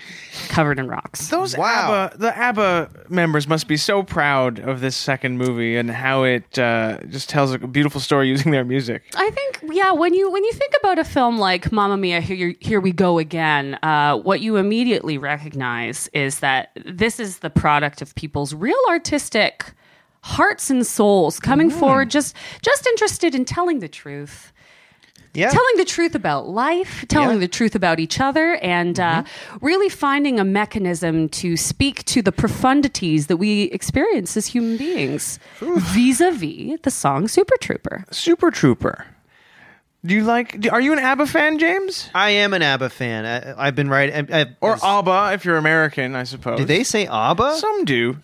Speaker 5: covered in rocks.
Speaker 3: Those
Speaker 2: Wow.
Speaker 3: ABBA, the ABBA members must be so proud of this second movie and how it uh, just tells a beautiful story [LAUGHS] using their music.
Speaker 5: I think yeah, when you when you think about a film like Mamma Mia, here You- here we go again, uh, what you immediately recognize is that this is the product of people's real artistic hearts and souls coming forward just just interested in telling the truth.
Speaker 2: Yeah.
Speaker 5: telling the truth about life, telling
Speaker 2: Yeah. Mm-hmm.
Speaker 5: the truth about each other, and uh, really finding a mechanism to speak to the profundities that we experience as human beings vis a vis the song Super Trooper.
Speaker 3: Super Trooper. Do you like? Do, are you an ABBA fan, James?
Speaker 2: I am an ABBA fan. I, I've been right. I, I,
Speaker 3: Or
Speaker 2: as-
Speaker 3: ABBA if you're American, I suppose.
Speaker 2: do they Hmm. say ABBA?
Speaker 3: Some do.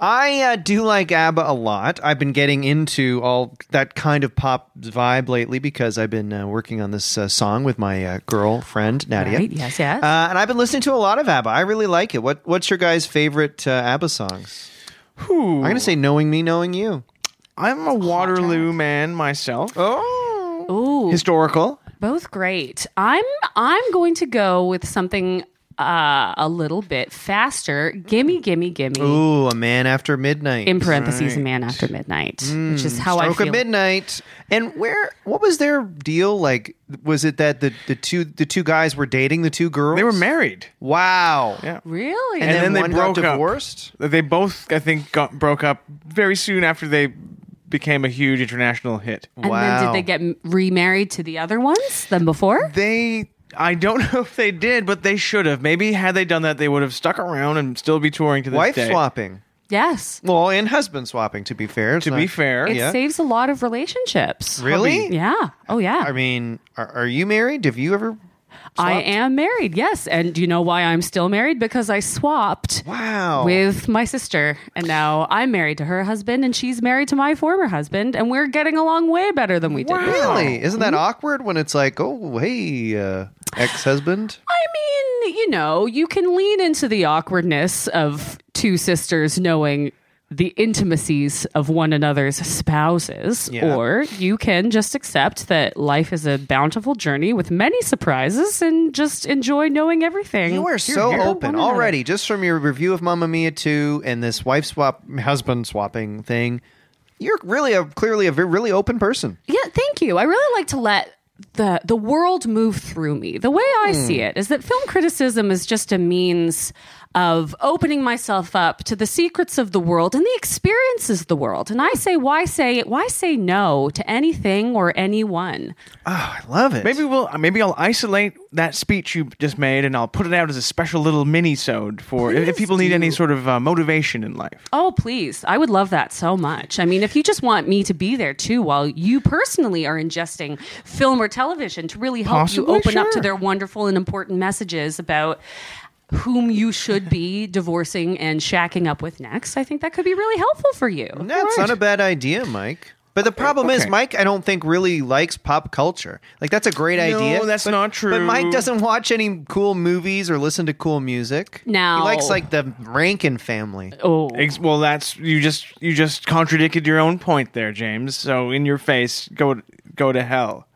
Speaker 2: I uh, do like ABBA a lot. I've been getting into all that kind of pop vibe lately because I've been uh, working on this uh, song with my uh, girlfriend Nadia.
Speaker 5: Right, yes, yes.
Speaker 2: Uh, and I've been listening to a lot of ABBA. I really like it. What What's your guys' favorite uh, ABBA songs?
Speaker 3: Whew.
Speaker 2: I'm going to say "Knowing Me, Knowing You."
Speaker 3: I'm a Waterloo man myself.
Speaker 2: Oh,
Speaker 5: Ooh,
Speaker 3: Historical.
Speaker 5: both great. I'm I'm going to go with something uh, a little bit faster. Gimme, gimme, gimme.
Speaker 2: Mm. ooh, a man after midnight.
Speaker 5: In parentheses, a
Speaker 3: Right.
Speaker 5: man after midnight, which is how I
Speaker 2: Mm. Stroke
Speaker 5: feel.
Speaker 2: of midnight. And where? What was their deal? Like, was it that the, the two the two guys were dating the two girls?
Speaker 3: They were married.
Speaker 2: Wow.
Speaker 3: Yeah.
Speaker 5: Really?
Speaker 2: And, then,
Speaker 3: then they
Speaker 2: one got
Speaker 3: broke up.
Speaker 2: divorced.
Speaker 3: They both, I think, got broke up very soon after they became a huge international hit.
Speaker 5: And then did they get m- remarried to the other ones than before?
Speaker 3: They, I don't [LAUGHS] know if they did, but they should have. Maybe had they done that, they would have stuck around and still be touring to this
Speaker 2: wife
Speaker 3: day.
Speaker 2: swapping?
Speaker 5: Yes.
Speaker 2: Well, and husband swapping. To be fair, It's
Speaker 3: To be
Speaker 2: not-
Speaker 3: fair,
Speaker 5: It
Speaker 2: Oh, Yeah.
Speaker 5: saves a lot of relationships.
Speaker 2: really?
Speaker 5: Yeah. Oh yeah.
Speaker 2: I mean, are, are you married? Have you ever
Speaker 5: I am married, yes. And do you know why I'm still married? Because I swapped
Speaker 2: Wow.
Speaker 5: with my sister. And now I'm married to her husband, and she's married to my former husband. And we're getting along way better than we did.
Speaker 2: really? Isn't that awkward when it's like, oh, hey, uh, ex husband?
Speaker 5: I mean, you know, you can lean into the awkwardness of two sisters knowing the intimacies of one another's spouses,
Speaker 2: Yeah.
Speaker 5: or you can just accept that life is a bountiful journey with many surprises and just enjoy knowing everything.
Speaker 2: You are so
Speaker 5: here.
Speaker 2: open
Speaker 5: One another.
Speaker 2: already, just from your review of Mamma Mia 2 and this wife swap, husband swapping thing. You're really a clearly a ve- really open person.
Speaker 5: Yeah, thank you. I really like to let the the world move through me. The way I see it is that film criticism is just a means of opening myself up to the secrets of the world and the experiences of the world. And I say why say why say no to anything or anyone?
Speaker 2: I love it.
Speaker 3: Maybe we'll maybe I'll isolate that speech you just made and I'll put it out as a special little mini-sode for if, if people need any sort of uh, motivation in life.
Speaker 5: Oh, please. I would love that so much. I mean, if you just want me to be there too while you personally are ingesting film or television to really help
Speaker 3: Possibly,
Speaker 5: you open up to
Speaker 3: sure.
Speaker 5: their wonderful and important messages about whom you should be divorcing and shacking up with next, I think that could be really helpful for you.
Speaker 2: That's not a bad idea, Mike. But the problem is,
Speaker 3: okay.
Speaker 2: Mike, I don't think really likes pop culture. Like that's a great
Speaker 3: No,
Speaker 2: idea.
Speaker 3: that's
Speaker 2: but-
Speaker 3: not
Speaker 2: But
Speaker 3: true.
Speaker 2: Mike doesn't watch any cool movies or listen to cool music.
Speaker 5: No.
Speaker 2: he likes like the Rankin family.
Speaker 5: Oh.
Speaker 3: Ex- well, that's you just you just contradicted your own point there, James. So in your face, go go to hell.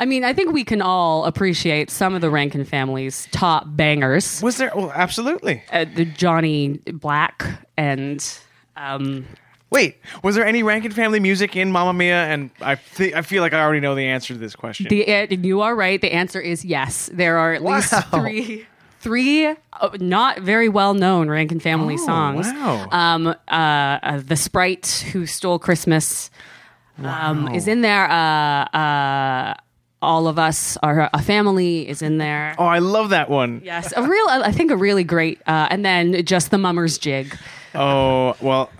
Speaker 5: I mean, I think we can all appreciate some of the Rankin family's top bangers.
Speaker 3: Was there? Well, absolutely.
Speaker 5: Uh, the Johnny Black and um,
Speaker 2: Wait,
Speaker 3: Was there any Rankin family music in Mamma Mia? And I thi- I feel like I already know the answer to this question.
Speaker 5: The and you are right. The answer is yes. There are at least
Speaker 2: Wow.
Speaker 5: three. Three uh, not very well known Rankin Family songs.
Speaker 3: Oh, wow.
Speaker 5: Um, uh, uh, the Sprite Who Stole Christmas um, is in there. Uh, uh, All of Us Are a Family is in there.
Speaker 3: oh, I love that one.
Speaker 5: Yes, a real, I think a really great, uh, and then just the Mummer's Jig.
Speaker 3: Oh well,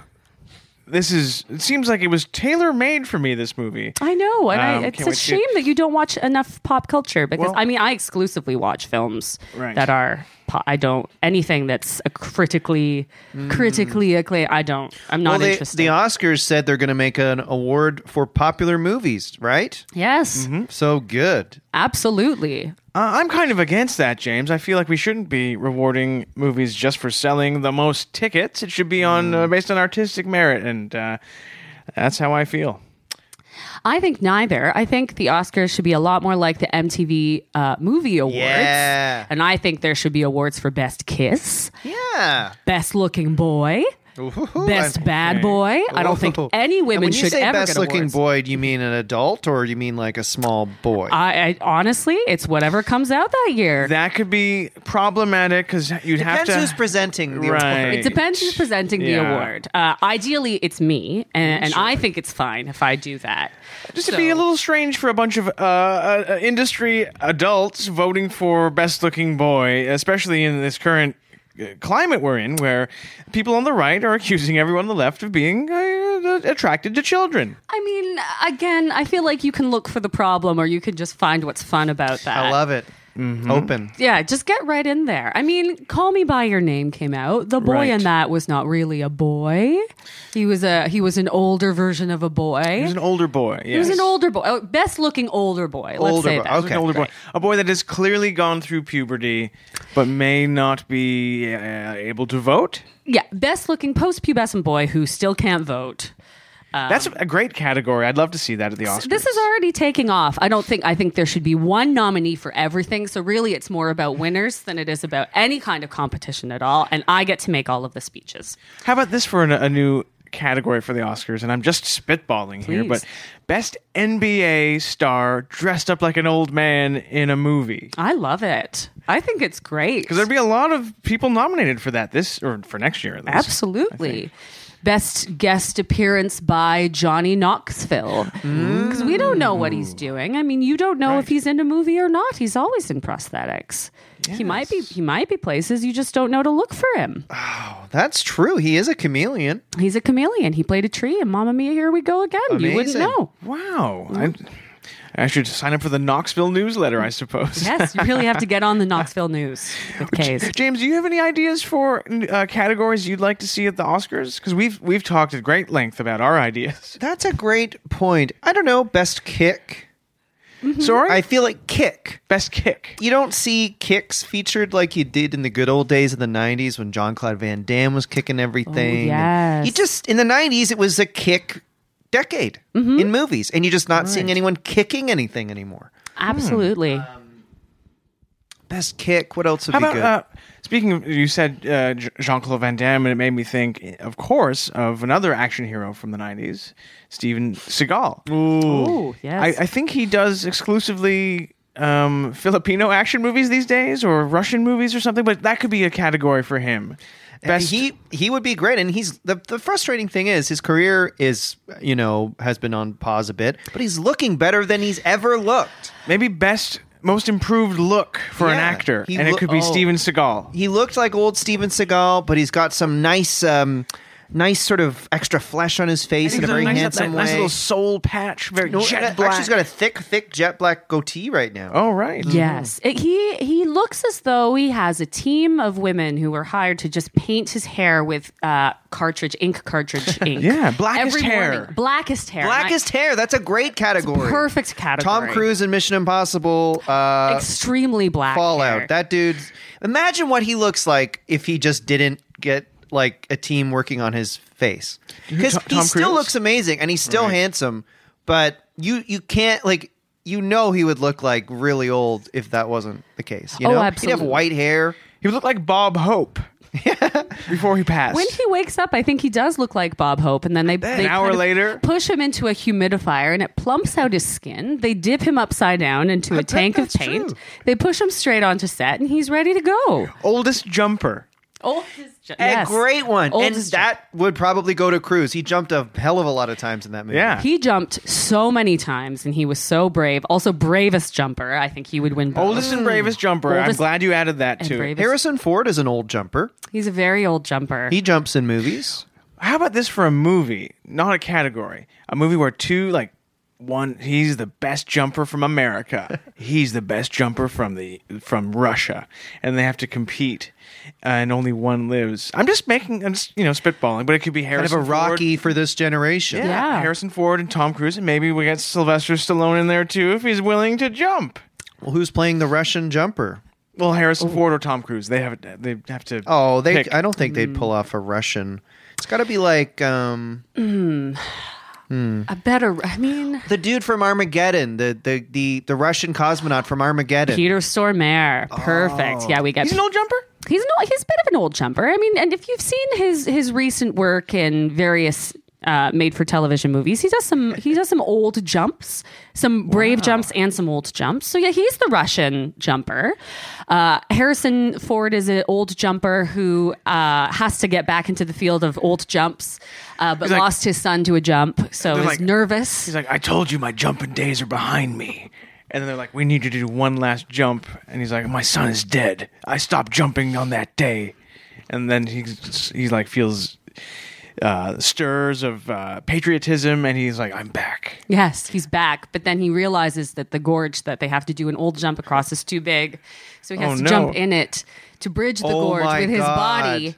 Speaker 3: this is. It seems like it was tailor made for me. This movie.
Speaker 5: I know, and
Speaker 3: Um,
Speaker 5: I, it's
Speaker 3: can't
Speaker 5: a
Speaker 3: wait to-
Speaker 5: shame that you don't watch enough pop culture because
Speaker 3: Well-
Speaker 5: I mean, I exclusively watch films
Speaker 3: Right.
Speaker 5: that are. po- I don't anything that's a critically
Speaker 3: Mm.
Speaker 5: critically acclaimed. I don't. I'm not
Speaker 2: well, they,
Speaker 5: interested.
Speaker 2: the Oscars said they're going to make an award for popular movies, right?
Speaker 5: yes,
Speaker 3: Hmm. Mm-hmm.
Speaker 2: So good.
Speaker 5: absolutely.
Speaker 3: Uh, I'm kind of against that, James. I feel like we shouldn't be rewarding movies just for selling the most tickets. It should be on
Speaker 2: Mm.
Speaker 3: uh, based on artistic merit, and uh, that's how I feel.
Speaker 5: I think neither. I think the Oscars should be a lot more like the MTV uh, Movie Awards,
Speaker 2: Yeah.
Speaker 5: and I think there should be awards for Best Kiss,
Speaker 2: Yeah.
Speaker 5: Best Looking Boy, Best Bad Boy. I don't think
Speaker 2: Ooh.
Speaker 5: any
Speaker 2: And
Speaker 5: women
Speaker 2: when you
Speaker 5: should
Speaker 2: say
Speaker 5: ever
Speaker 2: best
Speaker 5: get
Speaker 2: looking
Speaker 5: awards.
Speaker 2: boy, do you mean an adult or you mean like a small boy?
Speaker 5: I, I honestly, it's whatever comes out that year.
Speaker 3: That could be problematic because you'd have
Speaker 2: Depends
Speaker 3: to.
Speaker 2: who's presenting the
Speaker 3: Right.
Speaker 2: award.
Speaker 5: It depends who's presenting the
Speaker 3: Yeah.
Speaker 5: award. Uh, ideally, it's me, and, and I think it's fine if I do that.
Speaker 3: Just to be a
Speaker 5: So-
Speaker 3: little strange for a bunch of uh, uh, uh, industry adults voting for best looking boy, especially in this current uh, climate we're in, where people on the right are [LAUGHS] accusing everyone on the left of being uh, attracted to children.
Speaker 5: I mean, again, I feel like you can look for the problem, or you can just find what's fun about that.
Speaker 2: I love it.
Speaker 3: Mm-hmm.
Speaker 2: Open.
Speaker 5: yeah, just get right in there. I mean, Call Me by Your Name came out. The boy
Speaker 3: Right.
Speaker 5: in that was not really a boy. He was a he was an older version of a boy. He
Speaker 3: He was an older boy. Yes.
Speaker 5: was an older boy, oh, best looking older boy. Let's
Speaker 2: Older
Speaker 5: say
Speaker 2: boy,
Speaker 5: that.
Speaker 2: okay.
Speaker 3: an older boy, a boy that has clearly gone through puberty, but may not be uh, able to vote.
Speaker 5: Yeah, best looking post pubescent boy who still can't vote.
Speaker 3: That's a great category. I'd love to see that at the Oscars.
Speaker 5: Um, This is already taking off. I don't think I think there should be one nominee for everything. So really it's more about winners than it is about any kind of competition at all and I get to make all of the speeches.
Speaker 3: How about this for an, a new category for the Oscars? And I'm just spitballing here,
Speaker 5: Please.
Speaker 3: but best NBA star dressed up like an old man in a movie.
Speaker 5: I love it. I think it's great.
Speaker 3: Because there'd be a lot of people nominated for that this or for next year. At least.
Speaker 5: Absolutely. Best guest appearance by Johnny Knoxville. Because we don't know what he's doing. I mean, you don't know if he's in a movie or not. He's always in prosthetics. He might be he might be places you just don't know to look for him.
Speaker 2: That's true. He is a chameleon. [LAUGHS]
Speaker 5: He's a chameleon. He played a tree and Mamma Mia, here we go again. You wouldn't
Speaker 2: Amazing.
Speaker 5: know.
Speaker 3: Wow. I- I should sign up for the Knoxville newsletter, I suppose. [LAUGHS]
Speaker 5: Yes, you really have to get on the Knoxville news with
Speaker 2: Hmm.
Speaker 5: K's.
Speaker 3: James, do you have any ideas for uh, categories you'd like to see at the Oscars? Because we've we've talked at great length about our ideas.
Speaker 2: That's a great point. I don't know. Best kick.
Speaker 5: Mm-hmm.
Speaker 3: Sorry,
Speaker 2: I feel like kick.
Speaker 3: best kick.
Speaker 2: You don't see kicks featured like you did in the good old days of the '90s when John Claude Van Damme was kicking everything.
Speaker 5: yes.
Speaker 2: You just in the '90s it was a kick decade
Speaker 3: Mm-hmm.
Speaker 2: in movies, and you're just not seeing anyone kicking anything anymore.
Speaker 5: Absolutely.
Speaker 2: Um, Best kick. What else would
Speaker 3: How
Speaker 2: be
Speaker 3: about
Speaker 2: good?
Speaker 3: uh, speaking? Of, you said uh, Jean Claude Van Damme, and it made me think, of course, of another action hero from the '90s, Steven Seagal.
Speaker 5: oh, yes.
Speaker 3: I, I think he does exclusively um, Filipino action movies these days, or Russian movies, or something. But that could be a category for him. Best
Speaker 2: He he would be great, and he's the the frustrating thing is his career is you know has been on pause a bit, but he's looking better than he's ever looked.
Speaker 3: maybe best most improved look for an
Speaker 2: Yeah,
Speaker 3: actor,
Speaker 2: he
Speaker 3: and
Speaker 2: loo-
Speaker 3: it could be
Speaker 2: oh.
Speaker 3: Steven Seagal.
Speaker 2: He looked like old Steven Seagal, but he's got some nice um nice sort of extra flesh on his face in a very
Speaker 3: nice,
Speaker 2: handsome
Speaker 3: nice
Speaker 2: way.
Speaker 3: little soul patch, very
Speaker 2: No,
Speaker 3: jet
Speaker 2: that-
Speaker 3: black.
Speaker 2: Actually, he's got a thick thick jet black goatee right now.
Speaker 3: oh right,
Speaker 5: Yes, It- he he looks as though he has a team of women who were hired to just paint his hair with uh, cartridge ink,
Speaker 2: [LAUGHS]
Speaker 5: cartridge ink.
Speaker 3: Yeah, blackest
Speaker 5: Every
Speaker 3: hair.
Speaker 5: morning. blackest hair,
Speaker 2: Blackest hair. That's a great category.
Speaker 5: My- perfect
Speaker 2: Tom
Speaker 5: category.
Speaker 2: Cruise in Mission Impossible. Uh,
Speaker 5: extremely black
Speaker 2: Fallout.
Speaker 5: hair.
Speaker 2: That dude's. Imagine what he looks like if he just didn't get like a team working on his face. Because
Speaker 3: Tom-
Speaker 2: he
Speaker 3: Tom
Speaker 2: still
Speaker 3: Cruise?
Speaker 2: looks amazing and he's still handsome, but you you can't like you know he would look like really old if that wasn't the case. You
Speaker 5: Oh,
Speaker 2: know, he'd
Speaker 5: absolutely.
Speaker 2: have white hair.
Speaker 3: he looked like Bob
Speaker 2: [LAUGHS]
Speaker 3: Hope before he passed.
Speaker 5: when he wakes up, I think he does look like Bob Hope, and then they, they
Speaker 3: An hour
Speaker 5: kind of
Speaker 3: later?
Speaker 5: push him into a humidifier, and it plumps out his skin. They dip him upside down into a tank of
Speaker 2: that's
Speaker 5: paint.
Speaker 2: true.
Speaker 5: They push him straight onto set, and he's ready to go.
Speaker 3: Oldest jumper.
Speaker 5: Old
Speaker 2: A great one,
Speaker 5: Old
Speaker 2: and
Speaker 5: as-
Speaker 2: that would probably go to Cruise. He jumped a hell of a lot of times in that movie.
Speaker 3: Yeah.
Speaker 5: He jumped so many times and he was so brave. Also, bravest jumper. I think he would win both.
Speaker 3: Oldest
Speaker 2: Mm.
Speaker 3: and bravest jumper. I'm
Speaker 5: Oldest
Speaker 3: glad you added that
Speaker 5: and
Speaker 3: too.
Speaker 5: bravest.
Speaker 2: Harrison Ford is an old jumper.
Speaker 5: He's a very old jumper.
Speaker 2: He jumps in movies.
Speaker 3: How about this for a movie, not a category? A movie where two, like, one, he's the best jumper
Speaker 2: [LAUGHS]
Speaker 3: from America. he's the best jumper from the from Russia, and they have to compete, uh, and only one lives. I'm just making, I'm just you know spitballing, but it could be
Speaker 2: Kind of
Speaker 3: Harrison
Speaker 2: a Rocky
Speaker 3: Ford.
Speaker 2: for this generation.
Speaker 3: Yeah.
Speaker 5: Yeah.
Speaker 3: Harrison Ford and Tom Cruise, and maybe we get Sylvester Stallone in there too if he's willing to jump.
Speaker 2: Well, who's playing the Russian jumper?
Speaker 3: Well, Harrison Ford or Tom Cruise, they have they have to.
Speaker 2: Oh, they.
Speaker 3: pick.
Speaker 2: I don't think they'd
Speaker 5: Mm.
Speaker 2: pull off a Russian. It's got to be like um,
Speaker 5: a better, I mean,
Speaker 2: the dude from Armageddon, the the the, the Russian cosmonaut from Armageddon.
Speaker 5: Peter Stormare. Perfect. Yeah, we get.
Speaker 3: Oh. He's an old jumper.
Speaker 5: He's an old, he's a bit of an old jumper. I mean, and if you've seen his his recent work in various uh, made for television movies, he does some he does some old jumps, some brave jumps, and some old jumps. So yeah, he's the Russian jumper. Uh, Harrison Ford is an old jumper who uh, has to get back into the field of old jumps, uh, but
Speaker 3: He's like-
Speaker 5: lost his son to a jump, so
Speaker 3: They're
Speaker 5: is
Speaker 3: like-
Speaker 5: nervous.
Speaker 3: He's like, I told you my jumping days are behind me. And then they're like, we need you to do one last jump. And he's like, my son is dead. I stopped jumping on that day. And then he's, he like feels uh, stirs of uh, patriotism and he's like, I'm back.
Speaker 5: Yes, he's back, but then he realizes that the gorge that they have to do an old jump across is too big, so he has
Speaker 3: Oh,
Speaker 5: to
Speaker 3: no.
Speaker 5: jump in it to bridge the
Speaker 2: Oh,
Speaker 5: gorge
Speaker 2: my
Speaker 5: with his
Speaker 2: God.
Speaker 5: body,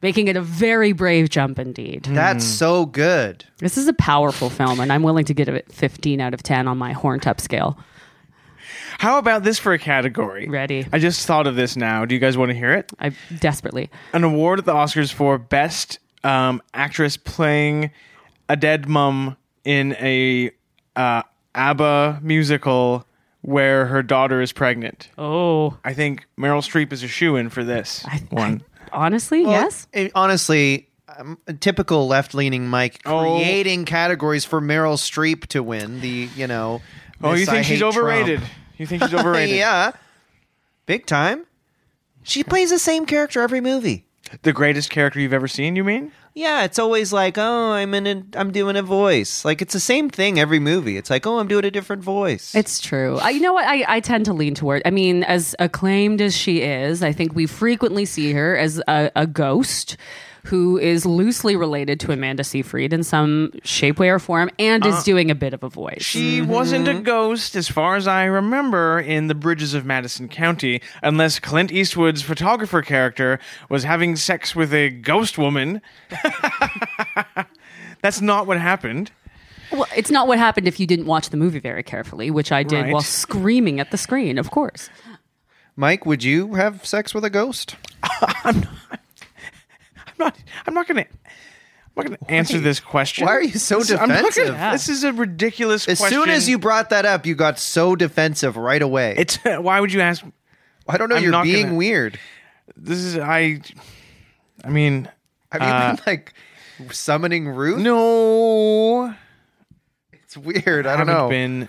Speaker 5: making it a very brave jump indeed.
Speaker 3: Mm.
Speaker 2: That's so good.
Speaker 5: This is a powerful film, and I'm willing to give it 15 out of 10 on my horn up scale.
Speaker 3: How about this for a category?
Speaker 5: Ready.
Speaker 3: I just thought of this now. Do you guys want to hear it?
Speaker 5: I desperately.
Speaker 3: An award at the Oscars for Best um, Actress Playing a Dead Mum in a uh, ABBA musical where her daughter is pregnant.
Speaker 5: Oh,
Speaker 3: I think Meryl Streep is a shoe in for this one.
Speaker 5: honestly, yes.
Speaker 2: Well, it- honestly, um, a typical left-leaning Mike
Speaker 3: Oh.
Speaker 2: creating categories for Meryl Streep to win the. You know.
Speaker 3: oh, you
Speaker 2: Miss I
Speaker 3: think she's
Speaker 2: Hate Trump.
Speaker 3: overrated? You
Speaker 2: [LAUGHS]
Speaker 3: think she's overrated?
Speaker 2: yeah, big time. She plays the same character every movie.
Speaker 3: The greatest character you've ever seen, you mean?
Speaker 2: Yeah, it's always like, oh, I'm in, a, I'm doing a voice. Like it's the same thing every movie. It's like, oh, I'm doing a different voice.
Speaker 5: It's true. I, you know what? I, I tend to lean toward. I mean, as acclaimed as she is, I think we frequently see her as a, a ghost who is loosely related to Amanda Seyfried in some shape, way, or form, and is doing a bit of a voice.
Speaker 3: She wasn't
Speaker 2: Mm-hmm.
Speaker 3: a ghost, as far as I remember, in the Bridges of Madison County, unless Clint Eastwood's photographer character was having sex with a ghost woman. [LAUGHS] That's not what happened.
Speaker 5: well, it's not what happened if you didn't watch the movie very carefully, which I did
Speaker 3: Right.
Speaker 5: while screaming at the screen, of course.
Speaker 2: Mike, would you have sex with a ghost?
Speaker 3: I'm not. I'm not gonna. I'm not gonna answer this question.
Speaker 2: Why are you so
Speaker 3: This- I'm not
Speaker 2: defensive?
Speaker 3: gonna- This is a ridiculous.
Speaker 2: As
Speaker 3: question.
Speaker 2: soon as you brought that up, you got so defensive right away.
Speaker 3: it's [LAUGHS] why would you ask?
Speaker 2: I don't know.
Speaker 3: I'm
Speaker 2: you're
Speaker 3: not
Speaker 2: being
Speaker 3: gonna-
Speaker 2: weird.
Speaker 3: This is I. I mean,
Speaker 2: Have you
Speaker 3: Uh,
Speaker 2: been like summoning Ruth?
Speaker 3: no.
Speaker 2: it's weird. I don't
Speaker 3: haven't
Speaker 2: know.
Speaker 3: Been,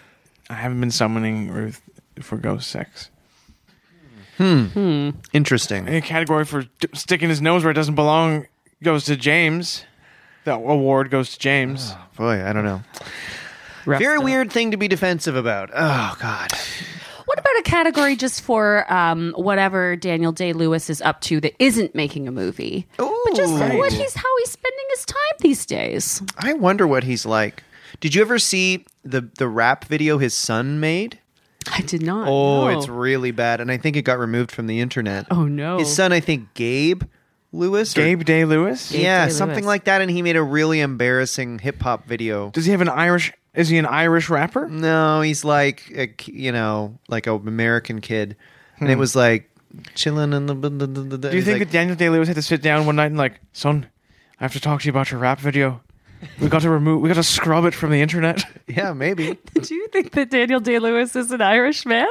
Speaker 3: I haven't been summoning Ruth for ghost sex.
Speaker 2: Interesting.
Speaker 3: A category for d- sticking his nose where it doesn't belong goes to James. That award goes to James.
Speaker 2: Boy, I don't know.
Speaker 5: Rough
Speaker 2: Very
Speaker 5: stuff.
Speaker 2: weird thing to be defensive about. Oh God.
Speaker 5: What about a category just for um, whatever Daniel Day Lewis is up to that isn't making a movie? but just
Speaker 2: Ooh.
Speaker 5: what he's how he's spending his time these days.
Speaker 2: I wonder what he's like. Did you ever see the the rap video his son made?
Speaker 5: I did not.
Speaker 2: Oh,
Speaker 5: know.
Speaker 2: it's really bad, and I think it got removed from the internet.
Speaker 5: Oh, no.
Speaker 2: His son, I think Gabe Lewis. or-
Speaker 3: Gabe Day Lewis.
Speaker 2: Yeah,
Speaker 5: Gabe
Speaker 2: something
Speaker 5: Lewis.
Speaker 2: like that, and he made a really embarrassing hip hop video.
Speaker 3: Does he have an Irish? Is he an Irish rapper?
Speaker 2: No, he's like a, k- you know, like a American kid, and it was like chilling in the.
Speaker 3: Hmm. Do you think that Daniel Day Lewis had to sit down one night and like, son, I have to talk to you about your rap video. We got to remove. We got to scrub it from the internet. [LAUGHS]
Speaker 2: yeah, maybe.
Speaker 5: [LAUGHS] Do you think that Daniel Day Lewis is an Irishman?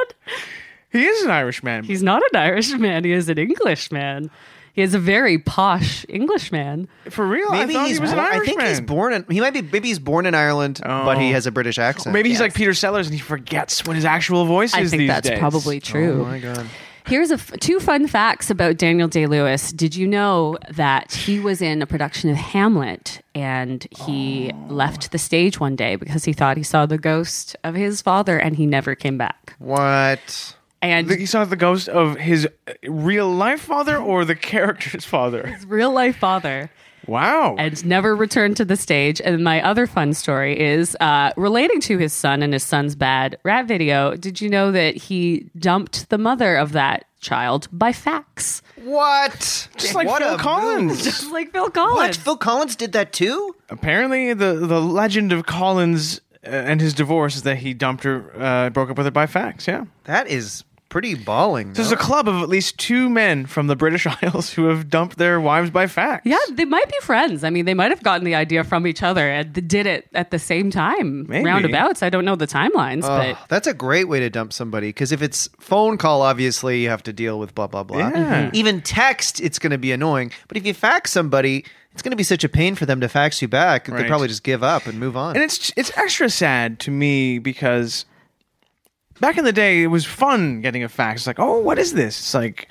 Speaker 3: He is an Irishman.
Speaker 5: He's not an Irishman. He is an Englishman. He is a very posh Englishman.
Speaker 3: for real.
Speaker 2: Maybe
Speaker 3: I thought
Speaker 2: he's.
Speaker 3: he was an
Speaker 2: born-
Speaker 3: Irishman.
Speaker 2: I think he's born in. He might be. Maybe he's born in Ireland, but he
Speaker 3: Oh.
Speaker 2: has a British accent.
Speaker 3: Maybe he's like Peter Sellers and he forgets what his actual voice
Speaker 5: I
Speaker 3: is.
Speaker 5: think
Speaker 3: these
Speaker 5: that's
Speaker 3: days.
Speaker 5: probably true.
Speaker 2: Oh my god.
Speaker 5: Here's a f- two fun facts about Daniel Day Lewis. Did you know that he was in a production of Hamlet and he left the stage one day because he thought he saw the ghost of his father and he never came back.
Speaker 2: What?
Speaker 5: And
Speaker 3: He saw the ghost of his uh, real life father or the [LAUGHS] character's father.
Speaker 5: his real life father
Speaker 3: Wow.
Speaker 5: and never returned to the stage. And my other fun story is uh, relating to his son and his son's bad rat video. Did you know that he dumped the mother of that child
Speaker 2: [LAUGHS]
Speaker 5: by fax?
Speaker 2: What?
Speaker 3: Just like
Speaker 2: what
Speaker 3: Phil
Speaker 2: a move.
Speaker 3: Collins.
Speaker 5: Like Phil Collins.
Speaker 2: What? Phil Collins did that too?
Speaker 3: [LAUGHS] Apparently, the the legend of Collins uh, and his divorce is that he dumped her, uh, broke up with her by fax. Yeah.
Speaker 2: That is pretty balling.
Speaker 3: There's
Speaker 2: no?
Speaker 3: a club of at least two men from the British [LAUGHS] Isles who have dumped their wives by fax.
Speaker 5: Yeah, they might be friends. I mean, they might have gotten the idea from each other and th- did it at the same time,
Speaker 3: Maybe.
Speaker 5: roundabouts. I don't know the timelines,
Speaker 2: Oh, that's a great way to dump somebody because if it's phone call, obviously you have to deal with blah blah blah.
Speaker 3: Yeah. Mhm.
Speaker 2: Even text, it's going to be annoying. But if you fax somebody, it's going to be such a pain for them to fax you back. They
Speaker 3: Right.
Speaker 2: probably just give up and move on.
Speaker 3: and it's it's extra sad to me because back in the day it was fun getting a fax it's like oh what is this it's like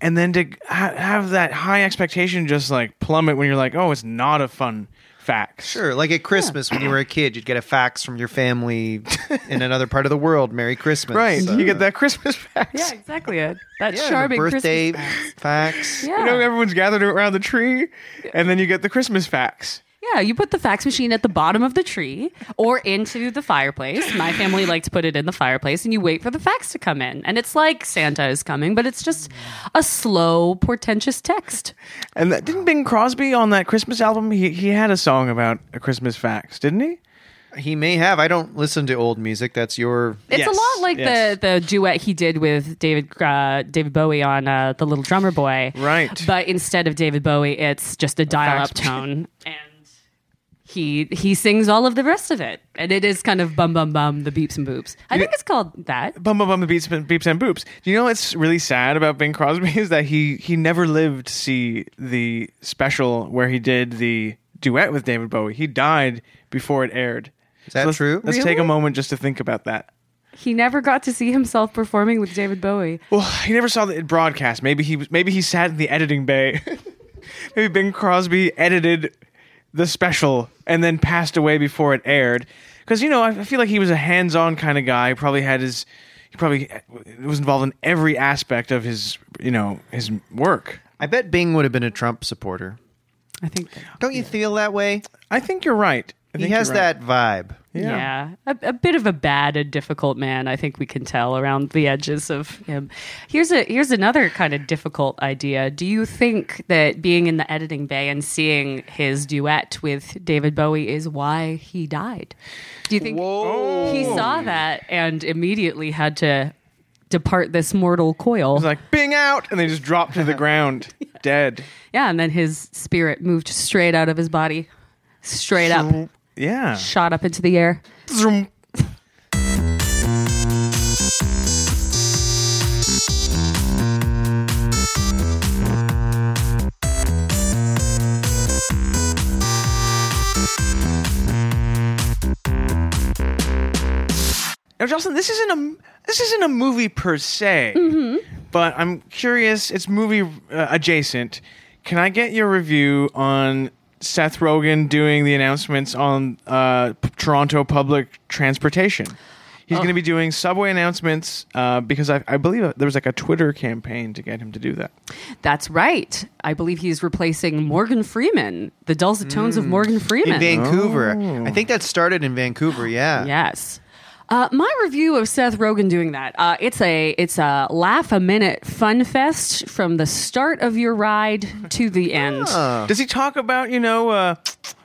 Speaker 3: and then to ha- have that high expectation just like plummet when you're like oh it's not a fun fax
Speaker 2: sure, like at Christmas when you were a kid, you'd get a fax from your
Speaker 3: [LAUGHS]
Speaker 2: family in another part of the world. Merry Christmas!
Speaker 3: right
Speaker 2: Uh,
Speaker 3: you get that christmas [LAUGHS] fax
Speaker 5: but yeah, exactly. It. That
Speaker 2: yeah, and a
Speaker 5: charming
Speaker 2: birthday
Speaker 5: Christmas.
Speaker 2: fax.
Speaker 5: Yeah.
Speaker 3: you know everyone's gathered around the tree and then you get the christmas fax
Speaker 5: yeah, you put the fax machine at the bottom of the tree or into the fireplace. My family liked to put it in the fireplace, and you wait for the fax to come in. And it's like Santa is coming, but it's just a slow, portentous text.
Speaker 3: and that, didn't bing crosby on that christmas album he, he had a song about a christmas fax didn't he
Speaker 2: He may have. I don't listen to old music. That's your.
Speaker 5: It's
Speaker 3: Yes,
Speaker 5: a lot like
Speaker 3: yes.
Speaker 5: the the duet he did with David uh, David Bowie on uh, the Little Drummer Boy.
Speaker 3: Right.
Speaker 5: But instead of David Bowie, it's just a dial up
Speaker 3: fax.
Speaker 5: tone, and he he sings all of the rest of it, and it is kind of bum bum bum the beeps and boops. I think it's called that.
Speaker 3: Bum Bum Bum the Beeps, Beeps and Boops. Do you know what's really sad about Bing Crosby [LAUGHS] is that he he never lived to see the special where he did the duet with David Bowie. He died before it aired. Is
Speaker 2: that
Speaker 3: let's,
Speaker 2: true?
Speaker 3: Let's take a moment just to think about that.
Speaker 5: He never got to see himself performing with David Bowie.
Speaker 3: Well, he never saw the broadcast. Maybe he was- maybe he sat in the editing bay. [LAUGHS] maybe Bing Crosby edited the special and then passed away before it aired. Because you know, I I feel like he was a hands-on kind of guy. He probably had his, he probably was involved in every aspect of his, you know, his work.
Speaker 2: I bet Bing would have been a Trump supporter.
Speaker 5: I think.
Speaker 2: Don't you feel that way?
Speaker 3: I think you're right. I
Speaker 2: He
Speaker 3: think
Speaker 2: has
Speaker 3: you're
Speaker 2: that
Speaker 3: right.
Speaker 2: vibe.
Speaker 5: Yeah, A, a bit of a bad and difficult man. I think we can tell around the edges of him. Here's a here's another kind of difficult idea. Do you think that being in the editing bay and seeing his duet with David Bowie is why he died? Do you think he saw that and immediately had to depart this mortal coil?
Speaker 3: It's like bing out, and they just drop [LAUGHS] to the ground, dead.
Speaker 5: yeah, and then his spirit moved straight out of his body, straight up,
Speaker 3: Yeah.
Speaker 5: shot up into the air.
Speaker 3: Now, Jocelyn, this isn't a this isn't a movie per se, but I'm curious. It's movie uh, adjacent. Can I get your review on Seth Rogen doing the announcements on uh, p- Toronto public transportation? He's going to be doing subway announcements uh, because I, I believe there was like a Twitter campaign to get him to do that.
Speaker 5: That's right. I believe he's replacing Morgan Freeman, the dulcet tones
Speaker 3: Mm.
Speaker 5: of Morgan
Speaker 2: In
Speaker 5: Freeman.
Speaker 2: Vancouver. I think that started in Vancouver, yeah.
Speaker 5: Yes. Uh, my review of Seth Rogen doing that. Uh, it's a it's a laugh a minute fun fest from the start of your ride to the end.
Speaker 3: Does he talk about you know uh,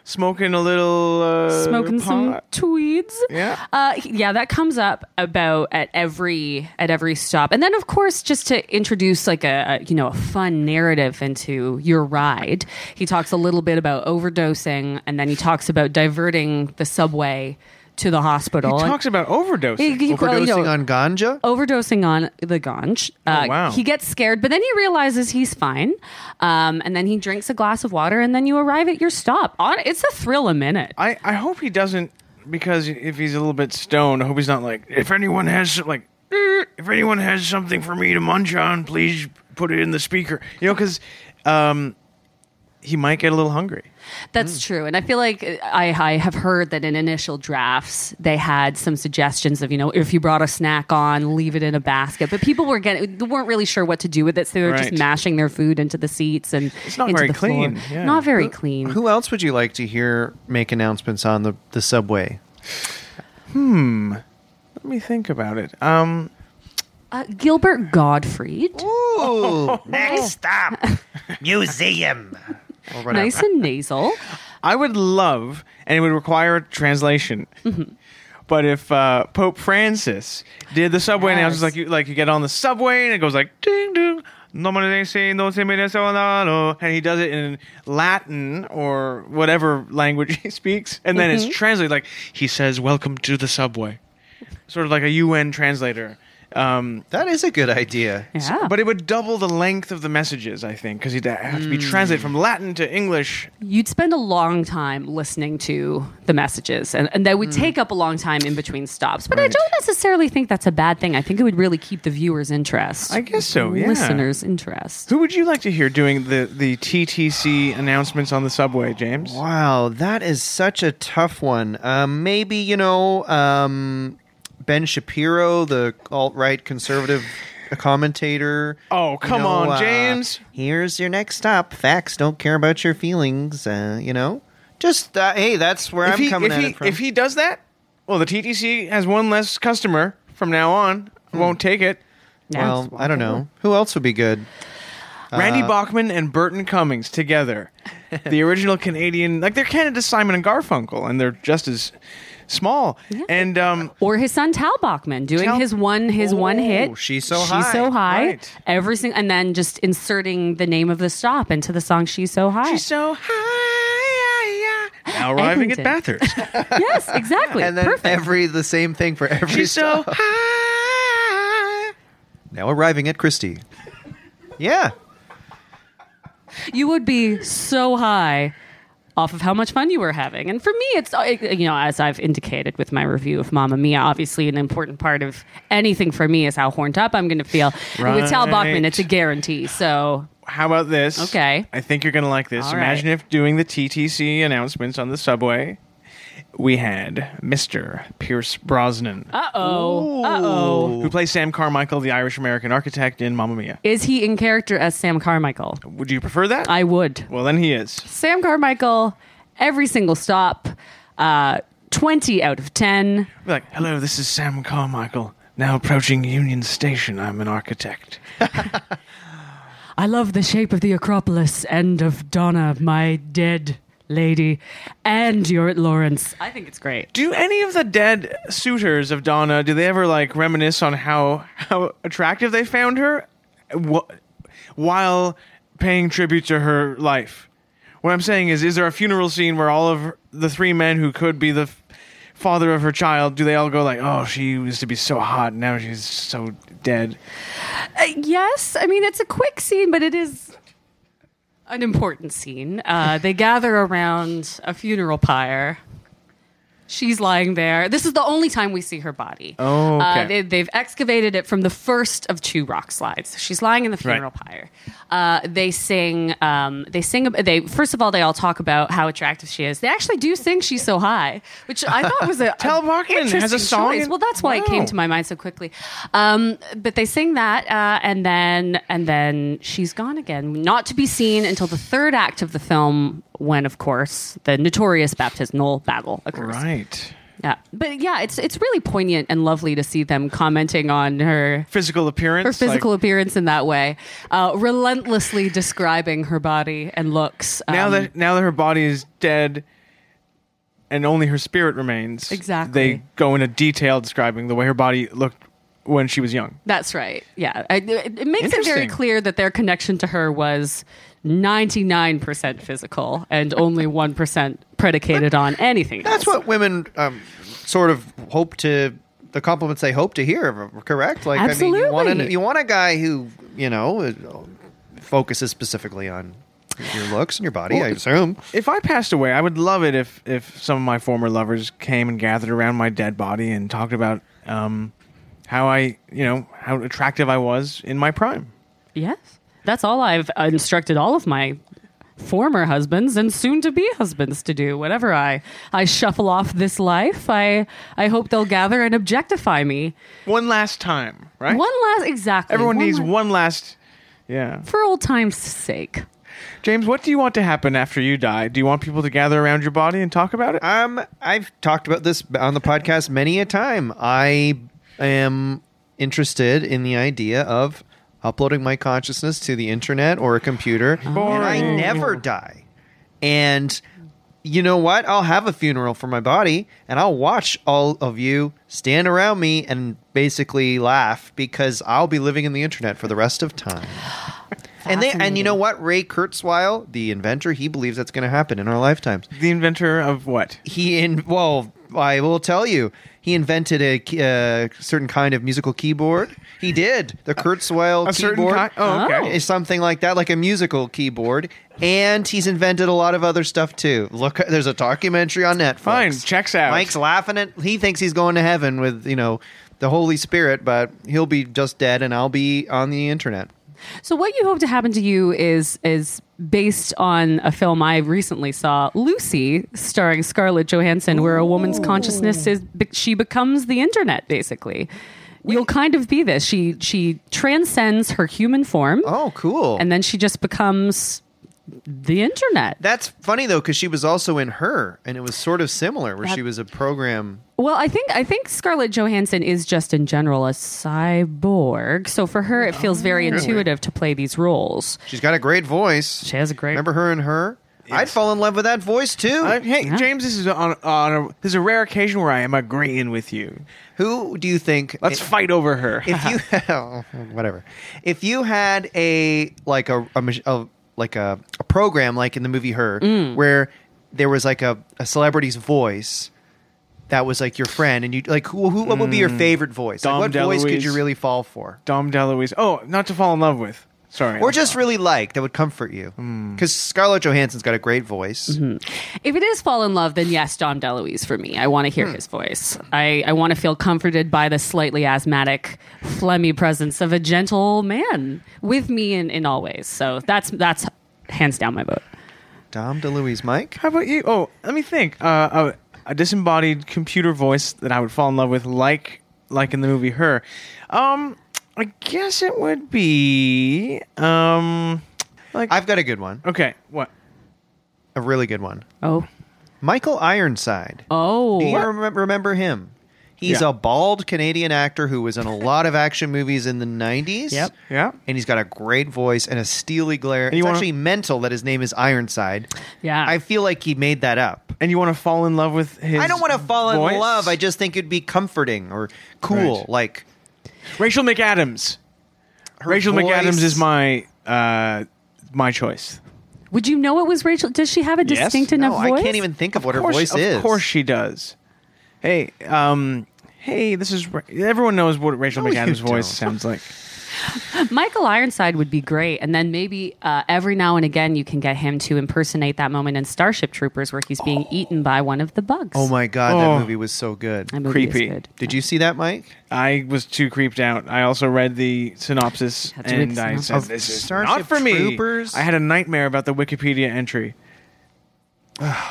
Speaker 3: smoking a little uh,
Speaker 5: Smoking some
Speaker 3: pot?
Speaker 5: tweeds.
Speaker 3: Yeah.
Speaker 5: Uh, he- yeah, that comes up about at every at every stop, and then of course just to introduce like a, a you know a fun narrative into your ride, he talks a little bit about overdosing, and then he talks about diverting the subway to the hospital.
Speaker 3: He talks about overdosing.
Speaker 5: He- he- well, you
Speaker 2: Overdosing
Speaker 5: know, oh.
Speaker 2: on ganja?
Speaker 5: overdosing on the ganj. Uh,
Speaker 3: Oh, wow.
Speaker 5: He gets scared, but then he realizes he's fine. Um, and then he drinks a glass of water, and then you arrive at your stop. On it's a thrill a minute.
Speaker 3: I, I hope he doesn't because if he's a little bit stoned, I hope he's not like if anyone has some- like if anyone has something for me to munch on, please put it in the speaker. You know, because um, he might get a little hungry.
Speaker 5: That's
Speaker 3: Mm.
Speaker 5: true. And I feel like uh, I, I have heard that in initial drafts, they had some suggestions of, you know, if you brought a snack on, leave it in a basket. But people were getting, they weren't really sure what to do with it. So they were
Speaker 3: Right.
Speaker 5: just mashing their food into the seats and it's
Speaker 3: not
Speaker 5: into
Speaker 3: very
Speaker 5: the floor.
Speaker 3: clean, yeah.
Speaker 5: Not very clean.
Speaker 2: Who else would you like to hear make announcements on the, the
Speaker 5: [LAUGHS]
Speaker 2: subway?
Speaker 3: Let me think about it. Um,
Speaker 5: Uh, Gilbert Gottfried.
Speaker 2: Ooh,
Speaker 6: Next stop, museum.
Speaker 5: Nice
Speaker 3: [LAUGHS]
Speaker 5: and nasal.
Speaker 3: I would love, and it would require a translation. But if uh, Pope Francis did the subway
Speaker 5: Yes.
Speaker 3: announcements like you like you get on the subway and it goes like ding ding. no me ne si, no se me ne so, no, no," And he does it in Latin or whatever language [LAUGHS] he speaks, and then it's translated like he says, "Welcome to the subway," sort of like a UN translator. Um,
Speaker 2: that is a good idea.
Speaker 5: Yeah.
Speaker 3: But it would double the length of the messages, I think, because he'd have to be translated from Latin to English.
Speaker 5: you'd spend a long time listening to the messages and, and that would
Speaker 2: Mm.
Speaker 5: take up a long time in between stops but i don't necessarily think that's a bad thing i think it would really keep the viewers interest
Speaker 3: I guess so, yeah.
Speaker 5: listeners interest
Speaker 3: Who would you like to hear doing the, the TTC announcements on the subway, James?
Speaker 2: Wow, that is such a tough one. Um, maybe you know um, Ben Shapiro, the alt-right conservative commentator.
Speaker 3: Oh,
Speaker 2: You uh,
Speaker 3: come on, James.
Speaker 2: Here's your next stop. Facts don't care about your feelings. Uh, you know, just uh, hey, that's where I'm
Speaker 3: if, he,
Speaker 2: coming
Speaker 3: if,
Speaker 2: at
Speaker 3: he,
Speaker 2: it from.
Speaker 3: if he does that, well, the TTC has one less customer from now on.
Speaker 2: Hmm.
Speaker 3: Won't take it.
Speaker 2: well, I don't know who else would be good.
Speaker 3: Randy
Speaker 2: Uh,
Speaker 3: Bachman and Burton Cummings
Speaker 2: [LAUGHS]
Speaker 3: together, the original Canadian, like they're Canada's Simon and Garfunkel, and they're just as small. And um,
Speaker 5: or his son Tal Bachman doing
Speaker 3: Tal-
Speaker 5: his one his one hit.
Speaker 2: She's So
Speaker 5: she's
Speaker 2: High.
Speaker 5: so high.
Speaker 3: Right.
Speaker 5: Every sing- and then just inserting the name of the stop into the song "She's So
Speaker 2: Oh.
Speaker 5: High."
Speaker 3: she's so high. yeah, yeah. Now arriving at
Speaker 5: Eglinton.
Speaker 3: Bathurst.
Speaker 5: yes, exactly.
Speaker 2: [LAUGHS] And then
Speaker 5: Perfect.
Speaker 2: every the same thing for every.
Speaker 3: she's
Speaker 2: [LAUGHS]
Speaker 3: so
Speaker 2: stop.
Speaker 3: high.
Speaker 2: now arriving at Christie. Yeah,
Speaker 5: you would be so high off of how much fun you were having. And for me, it's, uh, you know, as I've indicated with my review of Mamma Mia, obviously an important part of anything for me is how horned up I'm going to feel. And With Tal Bachman,
Speaker 3: Right.
Speaker 5: it's a guarantee. So
Speaker 3: How about this?
Speaker 5: Okay.
Speaker 3: I think you're going to like this.
Speaker 5: All
Speaker 3: Imagine
Speaker 5: right.
Speaker 3: if doing the TTC announcements on the subway we had Mr. Pierce Brosnan,
Speaker 5: Uh oh. Uh oh.
Speaker 3: who plays Sam Carmichael, the Irish American architect in Mamma Mia.
Speaker 5: Is he in character as Sam Carmichael?
Speaker 3: Would you prefer that?
Speaker 5: I would.
Speaker 3: well, then he is.
Speaker 5: Sam Carmichael, every single stop, uh, 20 out of 10.
Speaker 3: Be like, hello, this is Sam Carmichael. Now approaching Union Station, I'm an architect.
Speaker 5: I love the shape of the Acropolis and of Donna, my dead lady, and you're at Lawrence. I think it's great.
Speaker 3: Do any of the dead suitors of Donna do they ever like reminisce on how how attractive they found her, wh- while paying tribute to her life? What I'm saying is, is there a funeral scene where all of her- the three men who could be the f- father of her child do they all go like, "Oh, she used to be so hot, now she's so dead"?
Speaker 5: Uh, yes, I mean it's a quick scene, but it is an important scene.
Speaker 3: [LAUGHS]
Speaker 5: Uh, they gather around a funeral pyre. She's lying there. This is the only time we see her body.
Speaker 3: Oh, okay.
Speaker 5: uh, they, they've excavated it from the first of two rock slides. She's lying in the funeral pyre. Uh, they sing. Um, they sing. ab- They first of all, they all talk about how attractive she is. They actually do sing "She's So High," which I thought
Speaker 3: [LAUGHS]
Speaker 5: was a
Speaker 3: Tal Bachman has a
Speaker 5: interesting
Speaker 3: song
Speaker 5: choice.
Speaker 3: in-
Speaker 5: Well, that's why it came
Speaker 3: Wow.
Speaker 5: to my mind so quickly. Um, but they sing that, uh, and then and then she's gone again, not to be seen until the third act of the film, when of course the notorious baptismal battle occurs.
Speaker 3: Right.
Speaker 5: Yeah, but yeah, it's it's really poignant and lovely to see them commenting on her.
Speaker 3: Physical appearance.
Speaker 5: Her physical
Speaker 3: like,
Speaker 5: appearance in that way, uh, relentlessly describing her body and looks. Um,
Speaker 3: now that now that her body is dead and only her spirit remains
Speaker 5: Exactly.
Speaker 3: they go into detail describing the way her body looked when she was young
Speaker 5: That's right. Yeah. I, it, it makes it very
Speaker 3: Interesting.
Speaker 5: clear that their connection to her was 99% physical and
Speaker 3: [LAUGHS]
Speaker 5: only 1% predicated on anything
Speaker 2: That's
Speaker 5: else.
Speaker 2: what women um, sort of hope to the compliments they hope to hear. Correct? Like, I mean, you want, a,
Speaker 5: Absolutely.
Speaker 2: you want a guy who you know is- focuses specifically on your looks and your body. I assume.
Speaker 3: if i passed away i would love it if if some of my former lovers came and gathered around my dead body and talked about um how i you know how attractive i was in my prime
Speaker 5: Yes. That's all I've instructed all of my former husbands and soon to be husbands to do. Whenever I, I shuffle off this life, I, I hope they'll gather and objectify me.
Speaker 3: one last time right
Speaker 5: One last, exactly.
Speaker 3: everyone needs
Speaker 5: la-
Speaker 3: one last yeah
Speaker 5: For old time's sake.
Speaker 3: james what do you want to happen after you die do you want people to gather around your body and talk about it
Speaker 2: Um, I've talked about this on the podcast many a time. I am interested in the idea of uploading my consciousness to the internet or a computer, and I
Speaker 3: Boring.
Speaker 2: never die. And you know what? I'll have a funeral for my body, and I'll watch all of you stand around me and basically laugh because I'll be living in the internet for the rest of time. And they, and you know what? Ray Kurzweil, the inventor, he believes that's going to happen in our lifetimes
Speaker 3: the inventor of what
Speaker 2: he in well i will tell you he invented a key- uh, certain kind of musical keyboard he did the kurzweil
Speaker 3: a certain
Speaker 2: keyboard
Speaker 3: kind. Oh, okay.
Speaker 2: is something like that like a musical keyboard and he's invented a lot of other stuff too look there's a documentary on netflix
Speaker 3: Fine, checks out.
Speaker 2: mike's laughing at he thinks he's going to heaven with you know the holy spirit but he'll be just dead and i'll be on the internet
Speaker 5: So what you hope to happen to you is is based on a film I recently saw, Lucy, starring Scarlett Johansson, where a woman's consciousness is be- she becomes the internet basically. You'll kind of be this. She she transcends her human form
Speaker 2: oh cool
Speaker 5: and then she just becomes the internet.
Speaker 2: that's funny though because she was also in her and it was sort of similar where she was a program
Speaker 5: Well, I think I think Scarlett Johansson is just in general a cyborg. So for her it feels very intuitive to play these roles.
Speaker 2: She's got a great voice.
Speaker 5: She has a great
Speaker 2: Remember her and her? I'd fall in love with that voice too. [LAUGHS]
Speaker 3: I- Uh, hey, James, this is on, on a, this is a rare occasion where I am agreeing with you.
Speaker 2: Who do you think?
Speaker 3: Let's fight over [LAUGHS] her.
Speaker 2: if you [LAUGHS] oh, whatever, if you had a like a, a, mach- a like a, a program like in the movie Her,
Speaker 3: Mm.
Speaker 2: where there was like a, a celebrity's voice that was like your friend, and you like who, who what would be your favorite voice? Like,
Speaker 3: Mm. Dom
Speaker 2: what voice could you
Speaker 3: DeLuise.
Speaker 2: really fall for?
Speaker 3: Dom DeLuise. Oh, not to fall in love with. Sorry.
Speaker 2: Or just really like that would comfort you,
Speaker 3: Mm.
Speaker 2: because Scarlett Johansson's got a great voice.
Speaker 5: Mm-hmm. If it is fall in love, then yes, Dom DeLuise for me. I want to hear
Speaker 2: Hmm.
Speaker 5: his voice. I, I want to feel comforted by the slightly asthmatic, phlegmy presence of a gentle man with me in, in all ways. So that's that's hands down my vote.
Speaker 2: Dom DeLuise, Mike.
Speaker 3: How about you? Oh, let me think. Uh, uh, a disembodied computer voice that I would fall in love with, like like in the movie Her. Um, I guess it would be um, like
Speaker 2: I've got a good one,
Speaker 3: okay, what?
Speaker 2: a really good one.
Speaker 5: Oh.
Speaker 2: Michael Ironside.
Speaker 5: Oh.
Speaker 2: Do you remem- remember him? He's
Speaker 3: Yeah.
Speaker 2: a bald Canadian actor who was in a lot of action movies in the 90s.
Speaker 5: Yep.
Speaker 3: Yeah,
Speaker 2: And he's got a great voice and a steely glare.
Speaker 3: you
Speaker 2: It's
Speaker 3: wanna-
Speaker 2: actually mental that his name is Ironside.
Speaker 5: Yeah.
Speaker 2: I feel like he made that up.
Speaker 3: and you want to fall in love with his?
Speaker 2: I don't want to fall in
Speaker 3: voice?
Speaker 2: love. I just think it'd be comforting or cool.
Speaker 3: Right.
Speaker 2: Like
Speaker 3: Rachel McAdams. Rachel
Speaker 2: voice-
Speaker 3: McAdams is my uh my choice.
Speaker 5: Would you know it was Rachel? Does she have a
Speaker 3: Yes.
Speaker 5: distinct
Speaker 2: no,
Speaker 5: enough
Speaker 2: I
Speaker 5: voice?
Speaker 2: can't even think of, what
Speaker 3: course,
Speaker 2: her voice
Speaker 3: of
Speaker 2: is.
Speaker 3: course she does. Hey, um, hey, this is Ra- everyone knows what Rachel
Speaker 2: No, you
Speaker 3: McAdams'
Speaker 2: don't.
Speaker 3: voice sounds like.
Speaker 5: [LAUGHS] Michael Ironside would be great, and then maybe uh, every now and again you can get him to impersonate that moment in Starship Troopers where he's being eaten by one of the bugs.
Speaker 2: Oh my god,
Speaker 3: Oh.
Speaker 2: that movie was so good.
Speaker 5: That movie is
Speaker 3: creepy.
Speaker 5: good.
Speaker 2: Did you see that, Mike?
Speaker 3: I was too creeped out. I also read the synopsis
Speaker 5: Had to read
Speaker 3: and
Speaker 5: the
Speaker 3: I
Speaker 5: synopsis.
Speaker 3: said,
Speaker 5: Of
Speaker 3: "This is
Speaker 2: Starship
Speaker 3: not for me."
Speaker 2: Troopers?
Speaker 3: I had a nightmare about the Wikipedia entry.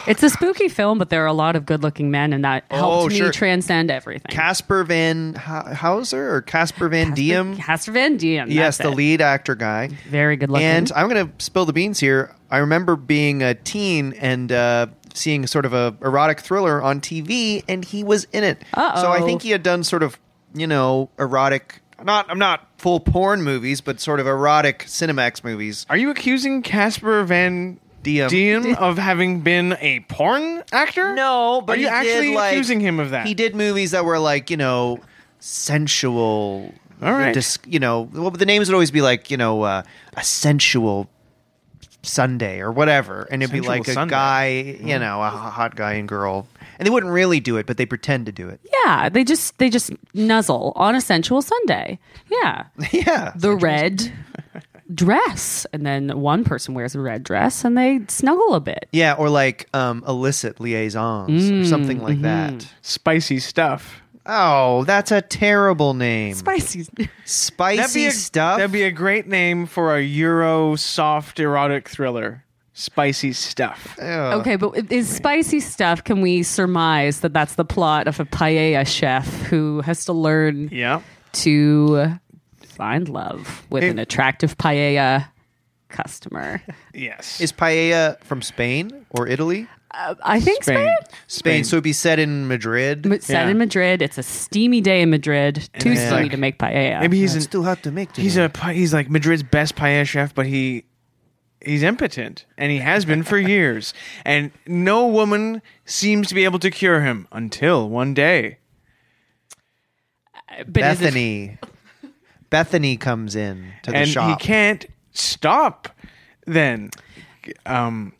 Speaker 5: It's a spooky film, but there are a lot of good-looking men, and that helped
Speaker 2: Oh,
Speaker 5: me
Speaker 2: sure.
Speaker 5: transcend everything.
Speaker 2: Casper Van H- Hauser or Casper Van Diem?
Speaker 5: Casper Van Diem.
Speaker 2: yes,
Speaker 5: that's
Speaker 2: the
Speaker 5: it.
Speaker 2: lead actor guy.
Speaker 5: Very good looking.
Speaker 2: And I'm going to spill the beans here. I remember being a teen and uh, seeing sort of a erotic thriller on TV, and he was in it.
Speaker 5: Uh-oh.
Speaker 2: So I think he had done sort of, you know, erotic. Not I'm not full porn movies, but sort of erotic Cinemax movies.
Speaker 3: Are you accusing Casper Van
Speaker 2: Diem.
Speaker 3: Diem of having been a porn actor?
Speaker 2: No, but
Speaker 3: are you
Speaker 2: he did,
Speaker 3: actually
Speaker 2: like-
Speaker 3: accusing him of that?
Speaker 2: He did movies that were like you know sensual.
Speaker 3: All right.
Speaker 2: dis- you know, well, the names would always be like you know uh, a sensual Sunday or whatever, and it'd
Speaker 3: Sensual
Speaker 2: be like a
Speaker 3: Sunday. Mm-hmm.
Speaker 2: guy, you know, a h- hot guy and girl, and they wouldn't really do it, but they pretend to do
Speaker 3: [LAUGHS]
Speaker 2: it.
Speaker 5: yeah, they just they just nuzzle on a sensual Sunday. Yeah,
Speaker 2: Yeah, [LAUGHS]
Speaker 5: the red dress, and then one person wears a red dress, and they snuggle a bit.
Speaker 2: yeah, or like um, illicit liaisons or
Speaker 3: Mm,
Speaker 2: something like
Speaker 3: mm-hmm.
Speaker 2: that.
Speaker 3: Spicy stuff.
Speaker 2: Oh, that's a terrible name.
Speaker 5: Spicy.
Speaker 2: [LAUGHS] Spicy
Speaker 3: a,
Speaker 2: stuff.
Speaker 3: That'd be a great name for a Euro soft erotic thriller. Spicy stuff.
Speaker 5: [LAUGHS]
Speaker 2: Uh,
Speaker 5: Okay, but is spicy stuff? Can we surmise that that's the plot of a paella chef who has to learn
Speaker 3: Yeah.
Speaker 5: to find love with an attractive paella customer?
Speaker 3: Yes.
Speaker 2: Is paella from Spain or Italy?
Speaker 5: I think Spain.
Speaker 2: Spain. So it'd be set in Madrid.
Speaker 5: It's set
Speaker 3: Yeah.
Speaker 5: in Madrid. It's a steamy day in Madrid. Too
Speaker 3: it's
Speaker 5: steamy
Speaker 3: like-
Speaker 5: to make paella.
Speaker 3: Maybe he's an,
Speaker 2: still hot to make.
Speaker 3: he's a pa- he's like Madrid's best paella chef, but he he's impotent and he has been
Speaker 2: [LAUGHS]
Speaker 3: for years, and no woman seems to be able to cure him until one day.
Speaker 5: but is it-
Speaker 2: Bethany. Bethany comes in to the
Speaker 3: and
Speaker 2: shop.
Speaker 3: he can't stop then um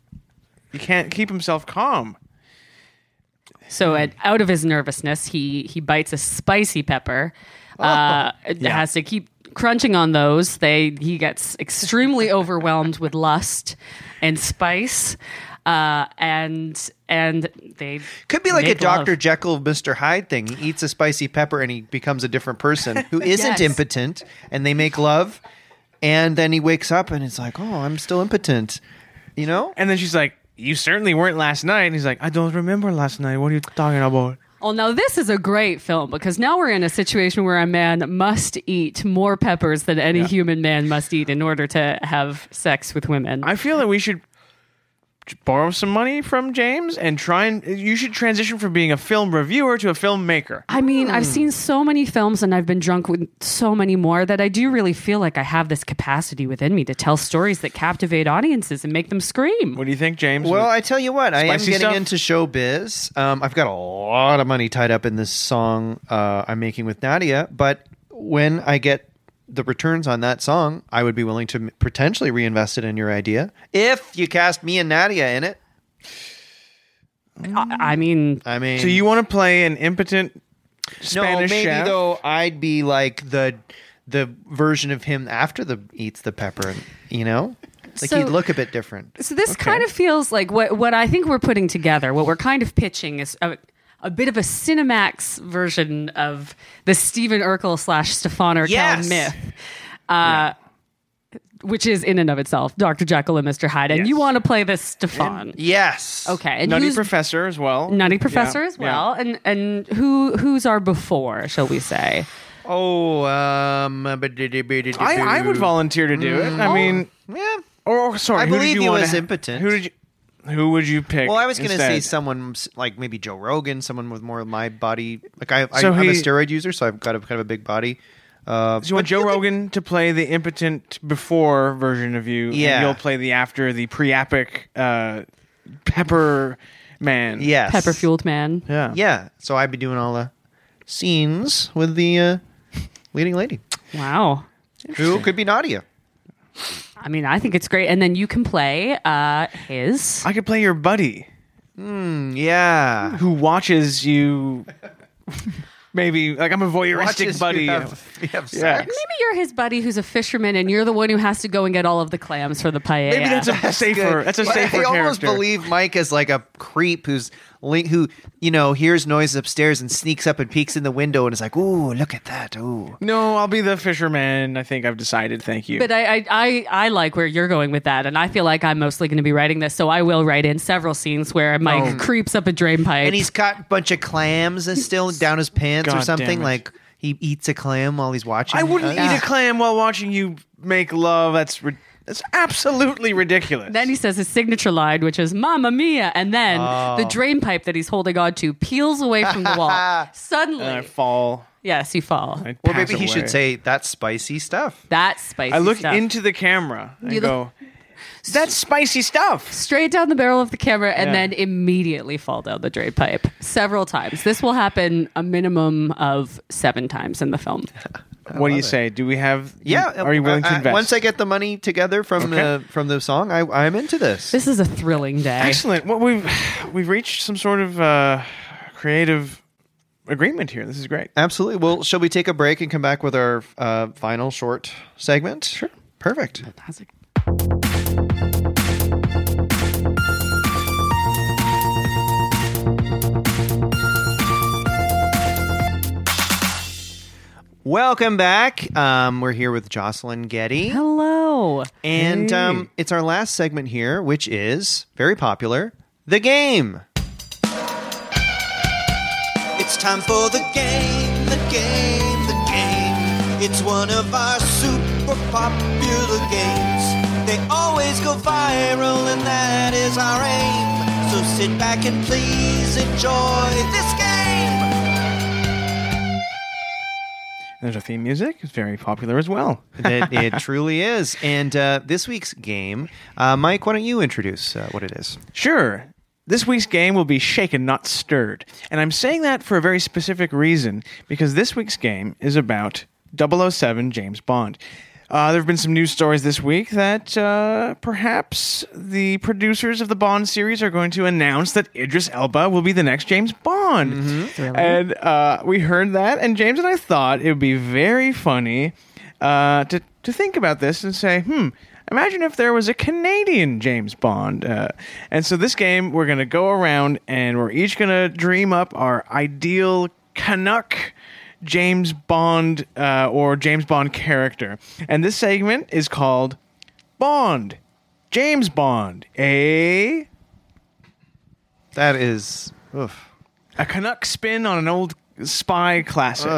Speaker 3: he can't keep himself calm
Speaker 5: so at, out of his nervousness, he he bites a spicy pepper.
Speaker 2: Oh.
Speaker 5: Uh, Has to keep crunching on those. They he gets extremely overwhelmed with lust and spice, uh, and and they
Speaker 2: Could be like a
Speaker 5: make
Speaker 2: Dr.
Speaker 5: love.
Speaker 2: Jekyll, Mr. Hyde thing. He eats a spicy pepper and he becomes a different person
Speaker 3: [LAUGHS]
Speaker 2: who isn't
Speaker 5: Yes.
Speaker 2: impotent, and they make love. And then he wakes up and it's like, oh, I'm still impotent. You know?
Speaker 3: and then she's like you certainly weren't last night and he's like i don't remember last night what are you talking about
Speaker 5: Well, now this is a great film because now we're in a situation where a man must eat more peppers than any human man must eat in order to have sex with women.
Speaker 3: i feel that we should borrow some money from james and try and you should transition from being a film reviewer to a filmmaker
Speaker 5: I mean, I've seen so many films and I've been drunk with so many more that I do really feel like I have this capacity within me to tell stories that captivate audiences and make them scream.
Speaker 3: what do you think james
Speaker 2: Well, I tell you what, I am
Speaker 3: Spicy
Speaker 2: getting
Speaker 3: stuff?
Speaker 2: into showbiz. Um, I've got a lot of money tied up in this song uh, I'm making with Nadia, but when I get the returns on that song, I would be willing to m- potentially reinvest it in your idea if you cast me and Nadia in it.
Speaker 5: I, I mean,
Speaker 2: I mean,
Speaker 3: so you want to play an impotent Spanish
Speaker 2: no, maybe
Speaker 3: chef?
Speaker 2: though I'd be like the the version of him after the eats the pepper, you know, like
Speaker 5: So-
Speaker 2: he'd look a bit different.
Speaker 5: So this kind of feels like what what I think we're putting together. What we're kind of pitching is a, a bit of a Cinemax version of the Stephen Urkel slash Stefan Urkel
Speaker 2: Yes.
Speaker 5: myth. Uh, which is in and of itself Dr. Jekyll and Mr. Hyde. And
Speaker 3: Yes.
Speaker 5: you want to play this Stefan.
Speaker 3: Yes.
Speaker 5: Okay, and
Speaker 3: Nutty
Speaker 5: who's-
Speaker 3: Professor as well.
Speaker 5: Nutty Professor
Speaker 3: Yeah,
Speaker 5: as well. And and who who's our before, shall we say?
Speaker 4: Oh, um,
Speaker 3: Yeah. I, I would volunteer to do it. I mean,
Speaker 4: Yeah.
Speaker 3: or or, sorry,
Speaker 2: Mm. I
Speaker 3: who did
Speaker 2: believe
Speaker 3: you
Speaker 2: he
Speaker 3: wanna
Speaker 2: was
Speaker 3: ha-
Speaker 2: impotent.
Speaker 3: Who did you? Who would you pick?
Speaker 2: Well, I was going to say
Speaker 3: instead?
Speaker 2: someone s- like maybe Joe Rogan, someone with more of my body. Like I, I
Speaker 3: So
Speaker 2: I'm a
Speaker 3: he-
Speaker 2: steroid user, so I've got a kind of a big body. Uh,
Speaker 3: Do
Speaker 2: [LAUGHS]
Speaker 3: you want Joe Rogan to play the impotent before version of you?
Speaker 2: Yeah.
Speaker 3: And you'll play the after, the pre-epic uh, pepper man.
Speaker 2: yes,
Speaker 5: Pepper fueled man.
Speaker 3: Yeah.
Speaker 2: Yeah, so I'd be doing all the scenes with the uh, leading lady,
Speaker 5: Wow.
Speaker 2: who could be Nadia.
Speaker 5: I mean, I think it's great. And then you can play uh his
Speaker 3: I could play your buddy
Speaker 2: Yeah,
Speaker 3: who watches you. Maybe like I'm a voyeuristic
Speaker 2: Watches you
Speaker 3: buddy.
Speaker 2: have- you have
Speaker 3: [LAUGHS] yeah.
Speaker 2: sex.
Speaker 5: Maybe you're his buddy who's a fisherman and you're the one who has to go and get all of the clams for the paella.
Speaker 3: Maybe that's a safer. That's a
Speaker 2: But
Speaker 3: safer
Speaker 2: I
Speaker 3: character.
Speaker 2: almost believe Mike as like a creep who's link who you know hears noises upstairs and sneaks up and peeks in the window and is like, "Ooh, look at that! Ooh,
Speaker 3: No, I'll be the fisherman. I think I've decided. Thank you.
Speaker 5: But uh, I, I, I, I like where you're going with that, and I feel like I'm mostly going to be writing this, so I will write in several scenes where Mike
Speaker 3: Oh.
Speaker 5: creeps up a drain pipe.
Speaker 2: and he's caught a bunch of clams and still down his pants
Speaker 3: God
Speaker 2: or
Speaker 3: damn
Speaker 2: something
Speaker 3: it.
Speaker 2: like." He eats a clam while he's watching.
Speaker 3: I wouldn't
Speaker 2: us.
Speaker 3: eat a clam while watching you make love. That's ri- that's absolutely ridiculous.
Speaker 5: then he says his signature line, which is "Mamma Mia," and then
Speaker 3: Oh.
Speaker 5: the drain pipe that he's holding on to peels away from the
Speaker 3: [LAUGHS]
Speaker 5: wall. Suddenly,
Speaker 3: and I fall.
Speaker 5: yes, you fall.
Speaker 3: I
Speaker 2: Or
Speaker 3: pass
Speaker 2: maybe he
Speaker 3: away. Mm.
Speaker 2: should say that's spicy stuff.
Speaker 5: That's spicy.
Speaker 3: I look
Speaker 5: stuff.
Speaker 3: into the camera and
Speaker 5: You
Speaker 3: go, "That's spicy stuff."
Speaker 5: straight down the barrel of the camera and
Speaker 3: Yeah.
Speaker 5: then immediately fall down the drain pipe several times. This will happen a minimum of seven times in the film.
Speaker 3: What do you say? Do we have?
Speaker 2: Yeah,
Speaker 3: Are you willing to
Speaker 2: I- I-
Speaker 3: invest?
Speaker 2: Once I get the money together from the
Speaker 3: Okay.
Speaker 2: from the song, I, I'm into this.
Speaker 5: This is a thrilling day.
Speaker 3: Excellent. Well, we've we've reached some sort of uh, creative agreement here. This is great.
Speaker 2: Absolutely. Well, shall we take a break and come back with our uh, final short segment? Sure. Perfect.
Speaker 5: Fantastic.
Speaker 2: Welcome back. Um, we're here with Jocelyn Getty.
Speaker 5: Hello.
Speaker 2: And um, it's our last segment here, which is very popular The Game.
Speaker 4: It's time for the game, the game, the game. It's one of our super popular games. They always go viral, and that is our aim. So sit back and please enjoy this game.
Speaker 3: There's a theme music. It's very popular as well.
Speaker 2: That it truly is. And uh, this week's game, uh, Mike, why don't you introduce uh, what it is?
Speaker 3: Sure. This week's game will be shaken, not stirred. And I'm saying that for a very specific reason, because this week's game is about 007 James Bond. Uh, there have been some news stories this week that uh, perhaps the producers of the Bond series are going to announce that Idris Elba will be the next James Bond. And uh, we heard that, and James and I thought it would be very funny uh, to, to think about this and say, hmm, Imagine if there was a Canadian James Bond. Uh, and so this game, we're going to go around and we're each going to dream up our ideal Canuck James Bond uh, or James Bond character. And this segment is called Bond. James Bond, a
Speaker 2: That is. Oof. [SIGHS]
Speaker 3: a Canuck spin on an old spy classic.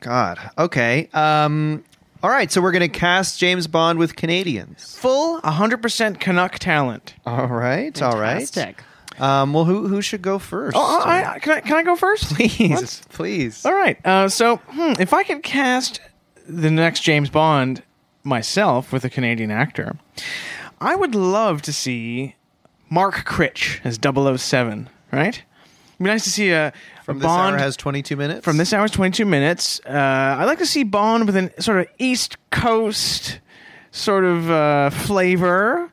Speaker 2: God. Okay. Um, all right. So we're going to cast James Bond with Canadians.
Speaker 3: Full 100% Canuck talent.
Speaker 2: All right.
Speaker 5: Fantastic.
Speaker 2: All right. Um, well, who who should go first?
Speaker 3: Oh, I, I- can, I, can I go first?
Speaker 2: please,
Speaker 3: What?
Speaker 2: please.
Speaker 3: All right. Uh, so, hmm, if I could cast the next James Bond myself with a Canadian actor, I would love to see Mark Critch as 007, right? It'd be nice to see a,
Speaker 2: From
Speaker 3: a
Speaker 2: this
Speaker 3: Bond.
Speaker 2: hour has twenty two minutes.
Speaker 3: from this hour's 22 minutes. Uh, I'd like to see Bond with an sort of East Coast sort of uh, flavor.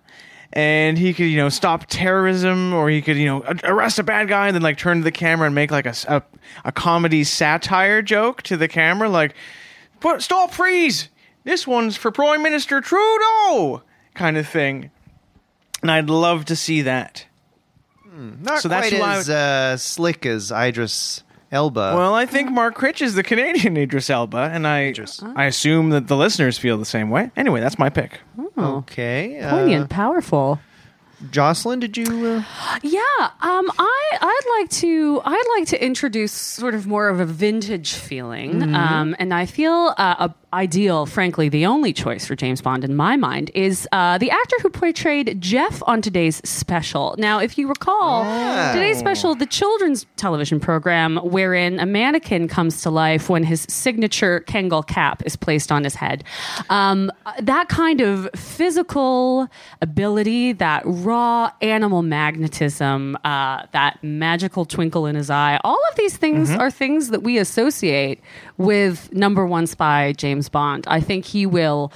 Speaker 3: And he could, you know, stop terrorism, or he could, you know, a- arrest a bad guy, and then like turn to the camera and make like a s- a- a comedy satire joke to the camera, like, "Put stop, freeze! This one's for Prime Minister Trudeau," kind of thing. And I'd love to see that.
Speaker 2: not
Speaker 3: so that's
Speaker 2: quite
Speaker 3: who I
Speaker 2: as uh, slick as Idris Elba.
Speaker 3: Well, I think Mark Critch is the Canadian Idris Elba, and I I assume that the listeners feel the same way. Anyway, that's my pick.
Speaker 2: Okay. uh,
Speaker 5: Oh, Poignant, powerful.
Speaker 2: Jocelyn, did you? Uh...
Speaker 5: Yeah, um, I I'd like to I'd like to introduce sort of more of a vintage feeling, um, and I feel uh, a, ideal, frankly, the only choice for James Bond in my mind is uh, the actor who portrayed Jeff on today's special. Now, if you recall, today's special, the children's television program wherein a mannequin comes to life when his signature Kangol cap is placed on his head. Um, that kind of physical ability, that raw animal magnetism, uh, that magical twinkle in his eye, all of these things are things that we associate with number one spy James Bond. I think he will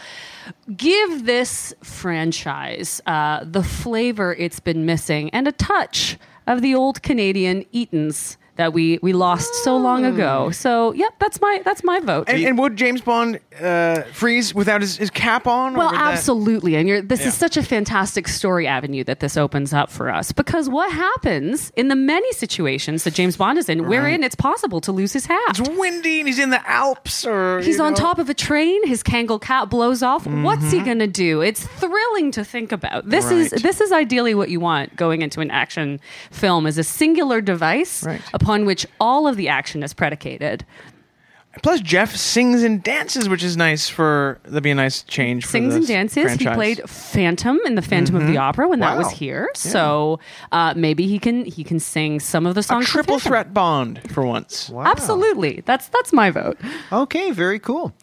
Speaker 5: give this franchise uh, the flavor it's been missing and a touch of the old Canadian Eatons. That we, we lost so long ago. So yep, that's my that's my vote.
Speaker 3: And, and would James Bond uh, freeze without his, his cap on? or
Speaker 5: Well,
Speaker 3: would that-
Speaker 5: absolutely. And you're, this is such a fantastic story avenue that this opens up for us because what happens in the many situations that James Bond is in, wherein it's possible to lose his hat?
Speaker 3: It's windy and he's in the Alps or.
Speaker 5: He's
Speaker 3: you
Speaker 5: on
Speaker 3: know. Mm-hmm.
Speaker 5: top of a train. His Kangol cat blows off. What's he gonna do? It's thrilling to think about. This is
Speaker 3: Right.
Speaker 5: this is ideally what you want going into an action film: is a singular device
Speaker 3: Right.
Speaker 5: upon which all of the action is predicated.
Speaker 3: Plus, Jeff sings and dances, which is nice for. That'd be a nice change for
Speaker 5: sings
Speaker 3: the
Speaker 5: and dances. He
Speaker 3: franchise. Mm-hmm.
Speaker 5: played Phantom in the Phantom of the Opera when that was
Speaker 3: Wow.
Speaker 5: here. So uh, maybe he can he can sing some of the songs. from
Speaker 3: Triple
Speaker 5: Phantom.
Speaker 3: threat Bond for once.
Speaker 2: Wow.
Speaker 5: Absolutely. That's that's my vote.
Speaker 2: Okay, very cool.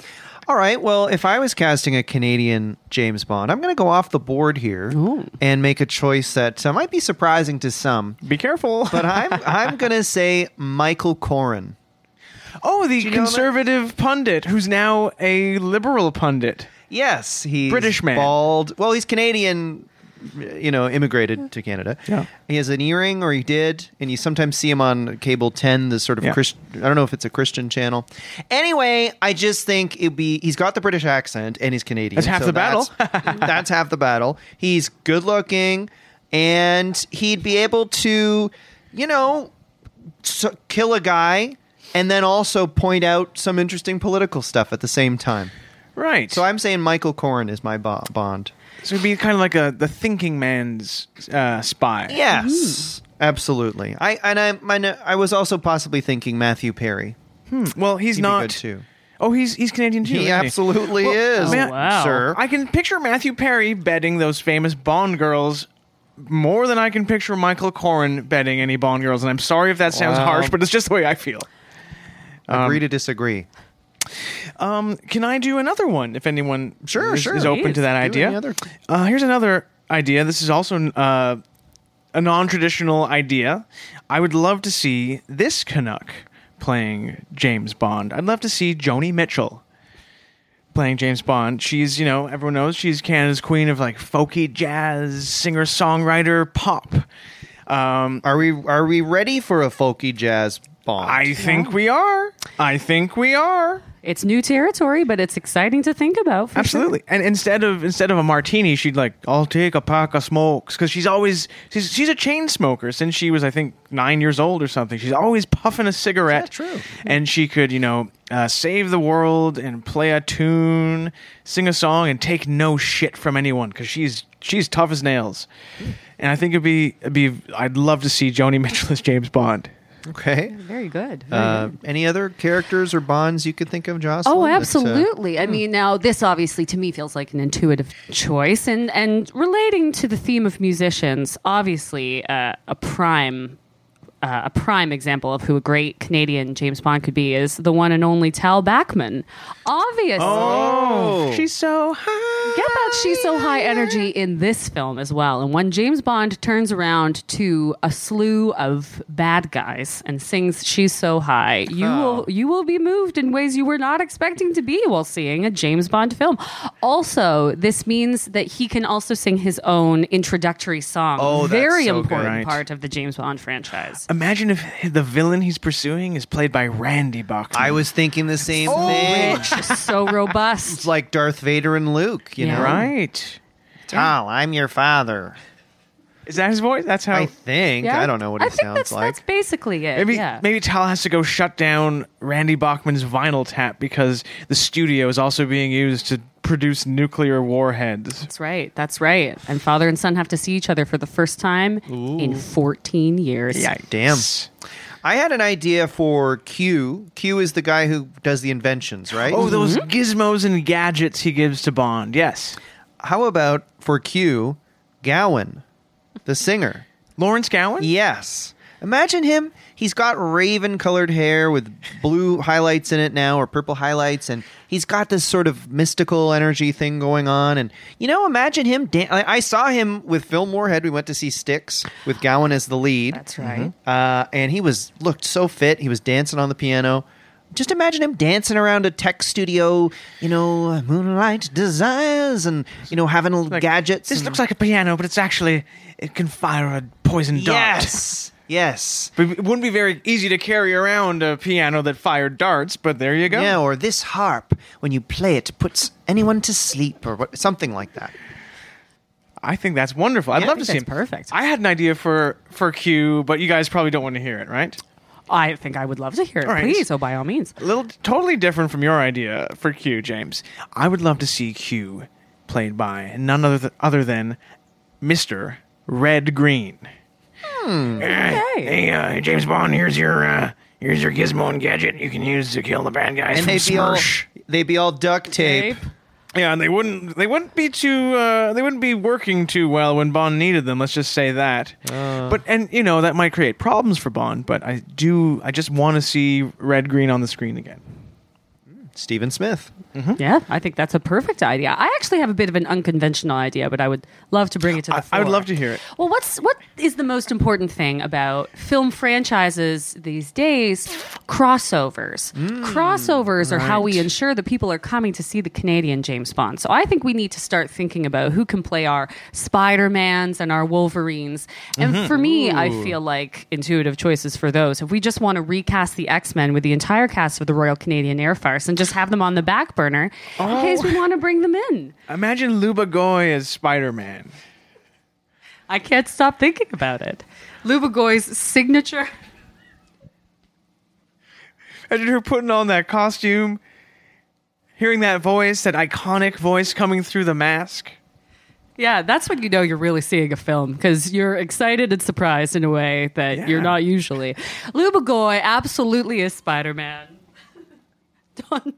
Speaker 2: All right. Well, if I was casting a Canadian James Bond, I'm going to go off the board here and make a choice that uh, might be surprising to some.
Speaker 3: Be careful.
Speaker 2: But I'm I'm going to say Michael Corrin.
Speaker 3: [LAUGHS] oh, the
Speaker 2: know that?
Speaker 3: conservative pundit who's now a liberal pundit.
Speaker 2: Yes, he's
Speaker 3: British man.
Speaker 2: bald. Well, he's Canadian. You know, immigrated to Canada.
Speaker 3: Yeah.
Speaker 2: he has an earring, or he did, and you sometimes see him on cable ten, the sort of
Speaker 3: Yeah.
Speaker 2: Christ I don't know if it's a Christian channel. Anyway, I just think it'd be. He's got the British accent, and he's Canadian.
Speaker 3: That's half the battle. [LAUGHS]
Speaker 2: that's- that's half the battle. He's good looking, and he'd be able to, you know, so, kill a guy. And then also point out some interesting political stuff at the same time.
Speaker 3: Right.
Speaker 2: So I'm saying Michael Corrin is my bo- Bond.
Speaker 3: So it'd be kind of like a the thinking man's uh, spy.
Speaker 2: Yes, absolutely. I and I, my, I was also possibly thinking Matthew Perry.
Speaker 3: Well, he's
Speaker 2: He'd
Speaker 3: not.
Speaker 2: be good too.
Speaker 3: Oh, he's he's Canadian too.
Speaker 2: He
Speaker 3: isn't
Speaker 2: absolutely
Speaker 3: Well, oh,
Speaker 2: is,
Speaker 3: man-
Speaker 5: wow.
Speaker 2: sir.
Speaker 3: I can picture Matthew Perry betting those famous Bond girls more than I can picture Michael Corrin betting any Bond girls. And I'm sorry if that sounds
Speaker 2: Wow.
Speaker 3: harsh, but it's just the way I feel.
Speaker 2: Agree to disagree.
Speaker 3: Um, can I do another one if anyone
Speaker 2: Sure,
Speaker 3: is,
Speaker 2: sure.
Speaker 3: is open
Speaker 5: Please,
Speaker 3: to that
Speaker 2: do
Speaker 3: idea?
Speaker 2: any other-
Speaker 3: Uh, here's another idea. This is also uh, a non traditional idea. I would love to see this Canuck playing James Bond. I'd love to see Joni Mitchell playing James Bond. She's, you know, everyone knows she's Canada's queen of like folky jazz, singer songwriter, pop. Um,
Speaker 2: Are we are we ready for a folky jazz Bond?
Speaker 3: I think we are. I think we are.
Speaker 5: It's new territory, but it's exciting to think about. for
Speaker 3: Absolutely. And instead of instead of a martini, she'd like, I'll take a pack of smokes because she's always she's she's a chain smoker since she was I think nine years old or something. She's always puffing a cigarette.
Speaker 2: true?
Speaker 3: And she could you know uh, save the world and play a tune, sing a song, and take no shit from anyone because she's she's tough as nails. And I think it'd be it'd be I'd love to see Joni [LAUGHS] Mitchell as James Bond.
Speaker 2: okay.
Speaker 5: Sure. Very good. Very
Speaker 2: Uh,
Speaker 3: Mm-hmm.
Speaker 2: any other characters or Bonds you could think of, Jocelyn?
Speaker 5: Oh,
Speaker 2: that, uh,
Speaker 5: absolutely. I mean, now this obviously to me feels like an intuitive choice, and and relating to the theme of musicians, obviously uh, a prime. Uh, a prime example of who a great Canadian James Bond could be is the one and only Tal Bachman. Obviously,
Speaker 3: Oh, she's so high.
Speaker 5: Get that she's so high energy in this film as well. And when James Bond turns around to a slew of bad guys and sings "She's So High," you
Speaker 2: Oh.
Speaker 5: will you will be moved in ways you were not expecting to be while seeing a James Bond film. Also, this means that he can also sing his own introductory song.
Speaker 2: Oh, that's
Speaker 5: very
Speaker 2: so good.
Speaker 5: important
Speaker 3: Right.
Speaker 5: part of the James Bond franchise.
Speaker 3: Imagine if the villain he's pursuing is played by Randy Bachman.
Speaker 2: I was thinking the same
Speaker 3: Oh,
Speaker 2: thing.
Speaker 5: so
Speaker 2: [LAUGHS]
Speaker 5: robust.
Speaker 2: It's like Darth Vader and Luke. You
Speaker 5: Yeah.
Speaker 2: know,
Speaker 3: Right.
Speaker 2: Tal, I'm your father.
Speaker 3: Is that his voice? That's how.
Speaker 2: I think.
Speaker 5: Yeah?
Speaker 2: I don't know what
Speaker 5: I
Speaker 2: it
Speaker 5: think
Speaker 2: sounds
Speaker 5: that's,
Speaker 2: like.
Speaker 5: That's basically it.
Speaker 3: maybe
Speaker 5: yeah.
Speaker 3: maybe Tal has to go shut down Randy Bachman's vinyl tap because the studio is also being used to produce nuclear warheads.
Speaker 5: That's right. That's right. And father and son have to see each other for the first time in 14 years.
Speaker 2: Damn. I had an idea for Q. Q is the guy who does the inventions, right?
Speaker 3: Oh, those
Speaker 2: Mm-hmm.
Speaker 3: gizmos and gadgets he gives to Bond. Yes.
Speaker 2: How about for Q, Gowan, the singer?
Speaker 3: Lawrence Gowan?
Speaker 2: Yes. Imagine him. He's got raven colored hair with blue highlights in it now or purple highlights and he's got this sort of mystical energy thing going on and you know imagine him dan- I I saw him with Phil Moorhead we went to see Styx with Gowan as the lead.
Speaker 5: That's
Speaker 3: Mm-hmm.
Speaker 5: right.
Speaker 2: Uh, and he was looked so fit. He was dancing on the piano. Just imagine him dancing around a tech studio, you know, moonlight desires, and you know, having little gadgets.
Speaker 3: This
Speaker 2: and-
Speaker 3: looks like a piano, but it's actually, it can fire a poison dart.
Speaker 2: yes, yes,
Speaker 3: But it wouldn't be very easy to carry around a piano that fired darts, but there you go.
Speaker 2: yeah. Or this harp, when you play it, puts anyone to sleep, or what, something like that.
Speaker 3: I think that's wonderful. I'd
Speaker 5: Yeah, I
Speaker 3: love
Speaker 5: think
Speaker 3: to see him.
Speaker 5: that's perfect.
Speaker 3: I had an idea for for Q, but you guys probably don't want to hear it, right?
Speaker 5: I think I would love to hear it.
Speaker 3: All right.
Speaker 5: Please, oh, by all means.
Speaker 3: A little totally different from your idea for Q, James. I would love to see Q played by none other th- other than Mister Red Green.
Speaker 5: Hmm,
Speaker 3: Eh,
Speaker 5: Hey.
Speaker 6: Hey, uh, James Bond, here's your uh, here's your gizmo and gadget you can use to kill the bad guys
Speaker 2: And
Speaker 6: from
Speaker 2: they'd be all
Speaker 6: Smirsh.
Speaker 2: they'd be all duct tape.
Speaker 3: Yeah, and they wouldn't they wouldn't be too uh, they wouldn't be working too well when Bond needed them. Let's just say that. But and you know that might create problems for Bond. But I do I just want to see Red Green on the screen again.
Speaker 2: Stephen Smith.
Speaker 3: Mm-hmm.
Speaker 5: Yeah, I think that's a perfect idea. I actually have a bit of an unconventional idea, but I would love to bring it to the
Speaker 3: I,
Speaker 5: floor.
Speaker 3: I would love to hear it.
Speaker 5: Well, what's what is the most important thing about film franchises these days? Crossovers. Crossovers are how we ensure that people are coming to see the Canadian James Bond. So I think we need to start thinking about who can play our Spider-Mans and our Wolverines. And for me, I feel like intuitive choices for those. If we just want to recast the X-Men with the entire cast of the Royal Canadian Air Force and just have them on the back burner in case we want to bring them in.
Speaker 3: Imagine Luba Goy as Spider Man.
Speaker 5: I can't stop thinking about it. Lubagoy's signature
Speaker 3: Imagine her putting on that costume, hearing that voice, that iconic voice coming through the mask.
Speaker 5: Yeah, that's when you know you're really seeing a film because you're excited and surprised in a way that you're not usually. Lubagoy absolutely is Spider Man. [LAUGHS] Don,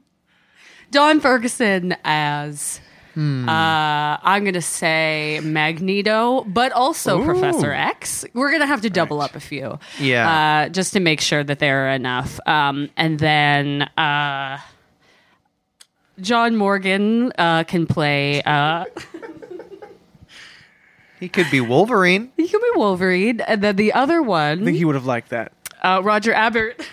Speaker 5: Don Ferguson as, uh, I'm going to say Magneto, but also Professor X. We're going to have to double up a few.
Speaker 2: Yeah.
Speaker 5: Uh, just to make sure that there are enough. Um, and then. Uh, John Morgan uh, can play uh,
Speaker 2: He could be [LAUGHS] Wolverine.
Speaker 5: He could be Wolverine, and then the other
Speaker 3: I think
Speaker 5: one,
Speaker 3: he would have liked that.
Speaker 5: uh, Roger Abbott.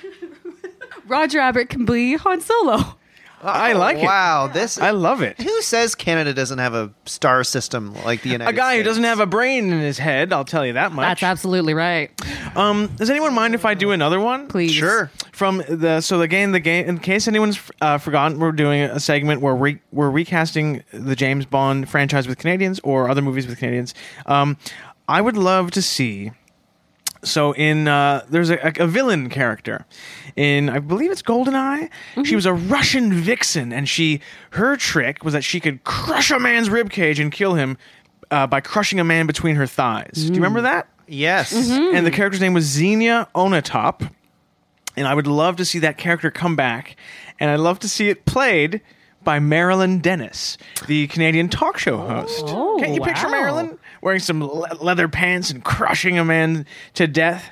Speaker 5: [LAUGHS] Roger Abbott can be Han Solo.
Speaker 3: I like it.
Speaker 2: Wow, this
Speaker 3: I love it.
Speaker 2: Who says Canada doesn't have a star system like the United
Speaker 3: A guy who
Speaker 2: States?
Speaker 3: doesn't have a brain in his head, I'll tell you that much.
Speaker 5: That's absolutely right.
Speaker 3: um, does anyone mind if I do another one?
Speaker 5: Please.
Speaker 2: Sure.
Speaker 3: From the so the game the game in case anyone's uh, forgotten we're doing a segment where we we're recasting the James Bond franchise with Canadians or other movies with Canadians. Um, I would love to see. So in uh, there's a, a villain character in I believe it's Goldeneye. She was a Russian vixen, and she her trick was that she could crush a man's rib cage and kill him uh, by crushing a man between her thighs. Do you remember that?
Speaker 2: Yes.
Speaker 3: and the
Speaker 5: Mm.
Speaker 3: character's name was Xenia Onatop. And I would love to see that character come back, and I'd love to see it played by Marilyn Dennis, the Canadian talk show host.
Speaker 5: Oh,
Speaker 3: Can't you picture
Speaker 5: wow.
Speaker 3: Marilyn wearing some le- leather pants and crushing a man to death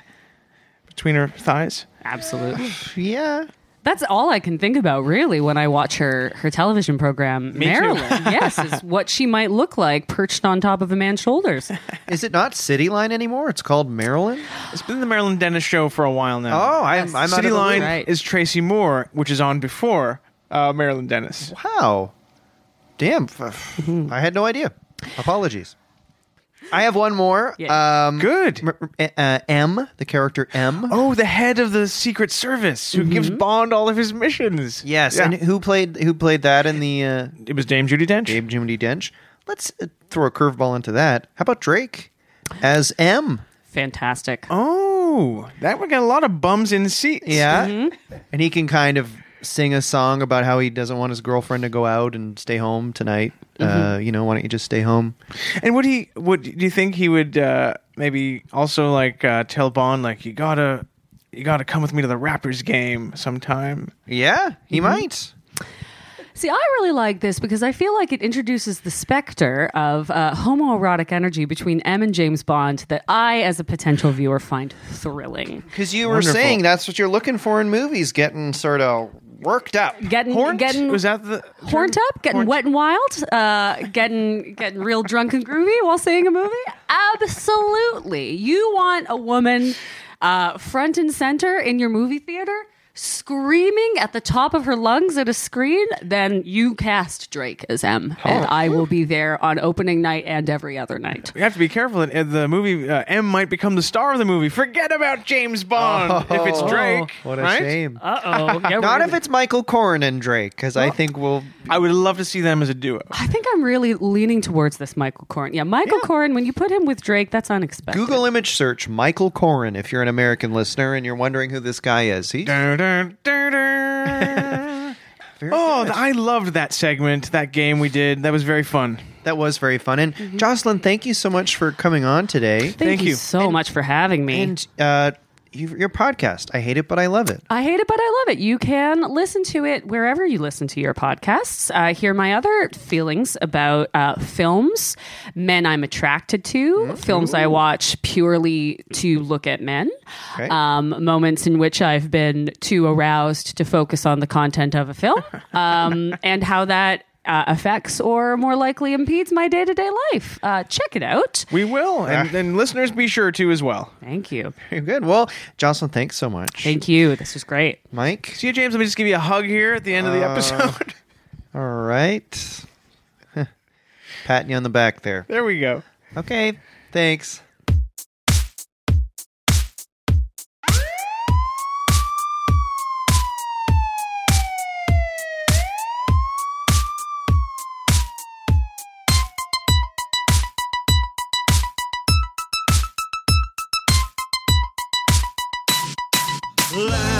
Speaker 3: between her thighs?
Speaker 5: Absolutely.
Speaker 2: Yeah.
Speaker 5: That's all I can think about really when I watch her her television program.
Speaker 3: too.
Speaker 5: Marilyn, yes, is
Speaker 3: [LAUGHS]
Speaker 5: what she might look like perched on top of a man's shoulders.
Speaker 2: Is it not City Line anymore? It's called Maryland.
Speaker 3: It's been the Marilyn Dennis show for a while now.
Speaker 2: Oh, I'm, I'm
Speaker 3: City
Speaker 2: out of the
Speaker 3: Line
Speaker 2: loop.
Speaker 5: Right.
Speaker 3: is Tracy Moore, which is on before uh, Marilyn Dennis.
Speaker 2: Wow. Damn. f- I had no idea. Apologies. I have one more.
Speaker 5: Yeah.
Speaker 2: Um,
Speaker 3: Good.
Speaker 2: m- m- uh, M, the character M.
Speaker 3: Oh, the head of the Secret Service who gives Bond all of his missions.
Speaker 2: Yes,
Speaker 3: Yeah.
Speaker 2: and who played who played that in the uh,
Speaker 3: it was Dame Judy Dench.
Speaker 2: Gabe Jiminy Dench? Let's uh, throw a curveball into that. How about Drake as M?
Speaker 5: Fantastic.
Speaker 3: Oh, that one got a lot of bums in seats.
Speaker 5: Mm-hmm.
Speaker 2: Yeah, and he can kind of sing a song about how he doesn't want his girlfriend to go out and stay home tonight.
Speaker 3: Mm-hmm.
Speaker 2: Uh, you know, why don't you just stay home?
Speaker 3: And would he? Would do you think he would uh, maybe also like uh, tell Bond like you gotta you gotta come with me to the Raptors game sometime?
Speaker 2: Yeah, he
Speaker 3: Mm-hmm.
Speaker 2: might.
Speaker 5: See, I really like this because I feel like it introduces the specter of uh, homoerotic energy between M and James Bond that I, as a potential viewer, find thrilling.
Speaker 2: Because you
Speaker 3: Wonderful.
Speaker 2: were saying that's what you're looking for in movies, getting sort of worked up.
Speaker 5: Getting,
Speaker 3: Horned?
Speaker 5: getting
Speaker 3: was that the
Speaker 5: horned
Speaker 3: term?
Speaker 5: up, getting
Speaker 3: Horned-
Speaker 5: wet and wild, uh, getting getting real drunk and groovy while seeing a movie? Absolutely. You want a woman uh, front and center in your movie theater, screaming at the top of her lungs at a screen? Then you cast Drake as M, and I will be there on opening night and every other night.
Speaker 3: You have to be careful. that, uh, The movie uh, M might become the star of the movie. Forget about James Bond if it's Drake.
Speaker 2: What a
Speaker 3: right?
Speaker 2: shame.
Speaker 5: Uh oh.
Speaker 2: Not if it's Michael Corn and Drake, because I think we'll.
Speaker 3: I would love to see them as a duo.
Speaker 5: I think I'm really leaning towards this Michael Corn. Yeah, Michael Corn. When you put him with Drake, that's unexpected.
Speaker 2: Google image search Michael Corn if you're an American listener and you're wondering who this guy is. He
Speaker 3: Dun, dun, dun, dun. oh, th- I loved that segment, that game we did. That was very fun.
Speaker 2: that was very fun. And Jocelyn, thank you so much for coming on today.
Speaker 5: Mm-hmm. Thank,
Speaker 3: Thank
Speaker 5: you
Speaker 3: you.
Speaker 5: so much for having me.
Speaker 2: And uh, you, your podcast, I hate it, but I love it. [LAUGHS]
Speaker 5: I hate it, but I love it. You can listen to it wherever you listen to your podcasts. Uh, hear my other feelings about uh, films, men I'm attracted to, films I watch purely to look at men,
Speaker 2: Okay.
Speaker 5: um, moments in which I've been too aroused to focus on the content of a film, um, and how that. Uh, affects or more likely impedes my day to day life. Uh, check it out.
Speaker 3: We will. And, and listeners, be sure to as well.
Speaker 5: Thank you.
Speaker 2: Very good. Well, Jocelyn, thanks so much.
Speaker 5: Thank you. This was great.
Speaker 2: Mike.
Speaker 3: See you, James. Let me just give you a hug here at the end of the episode. [LAUGHS]
Speaker 2: All right. [LAUGHS] Patting you on the back there.
Speaker 3: there we go.
Speaker 2: Okay. Thanks.
Speaker 1: Light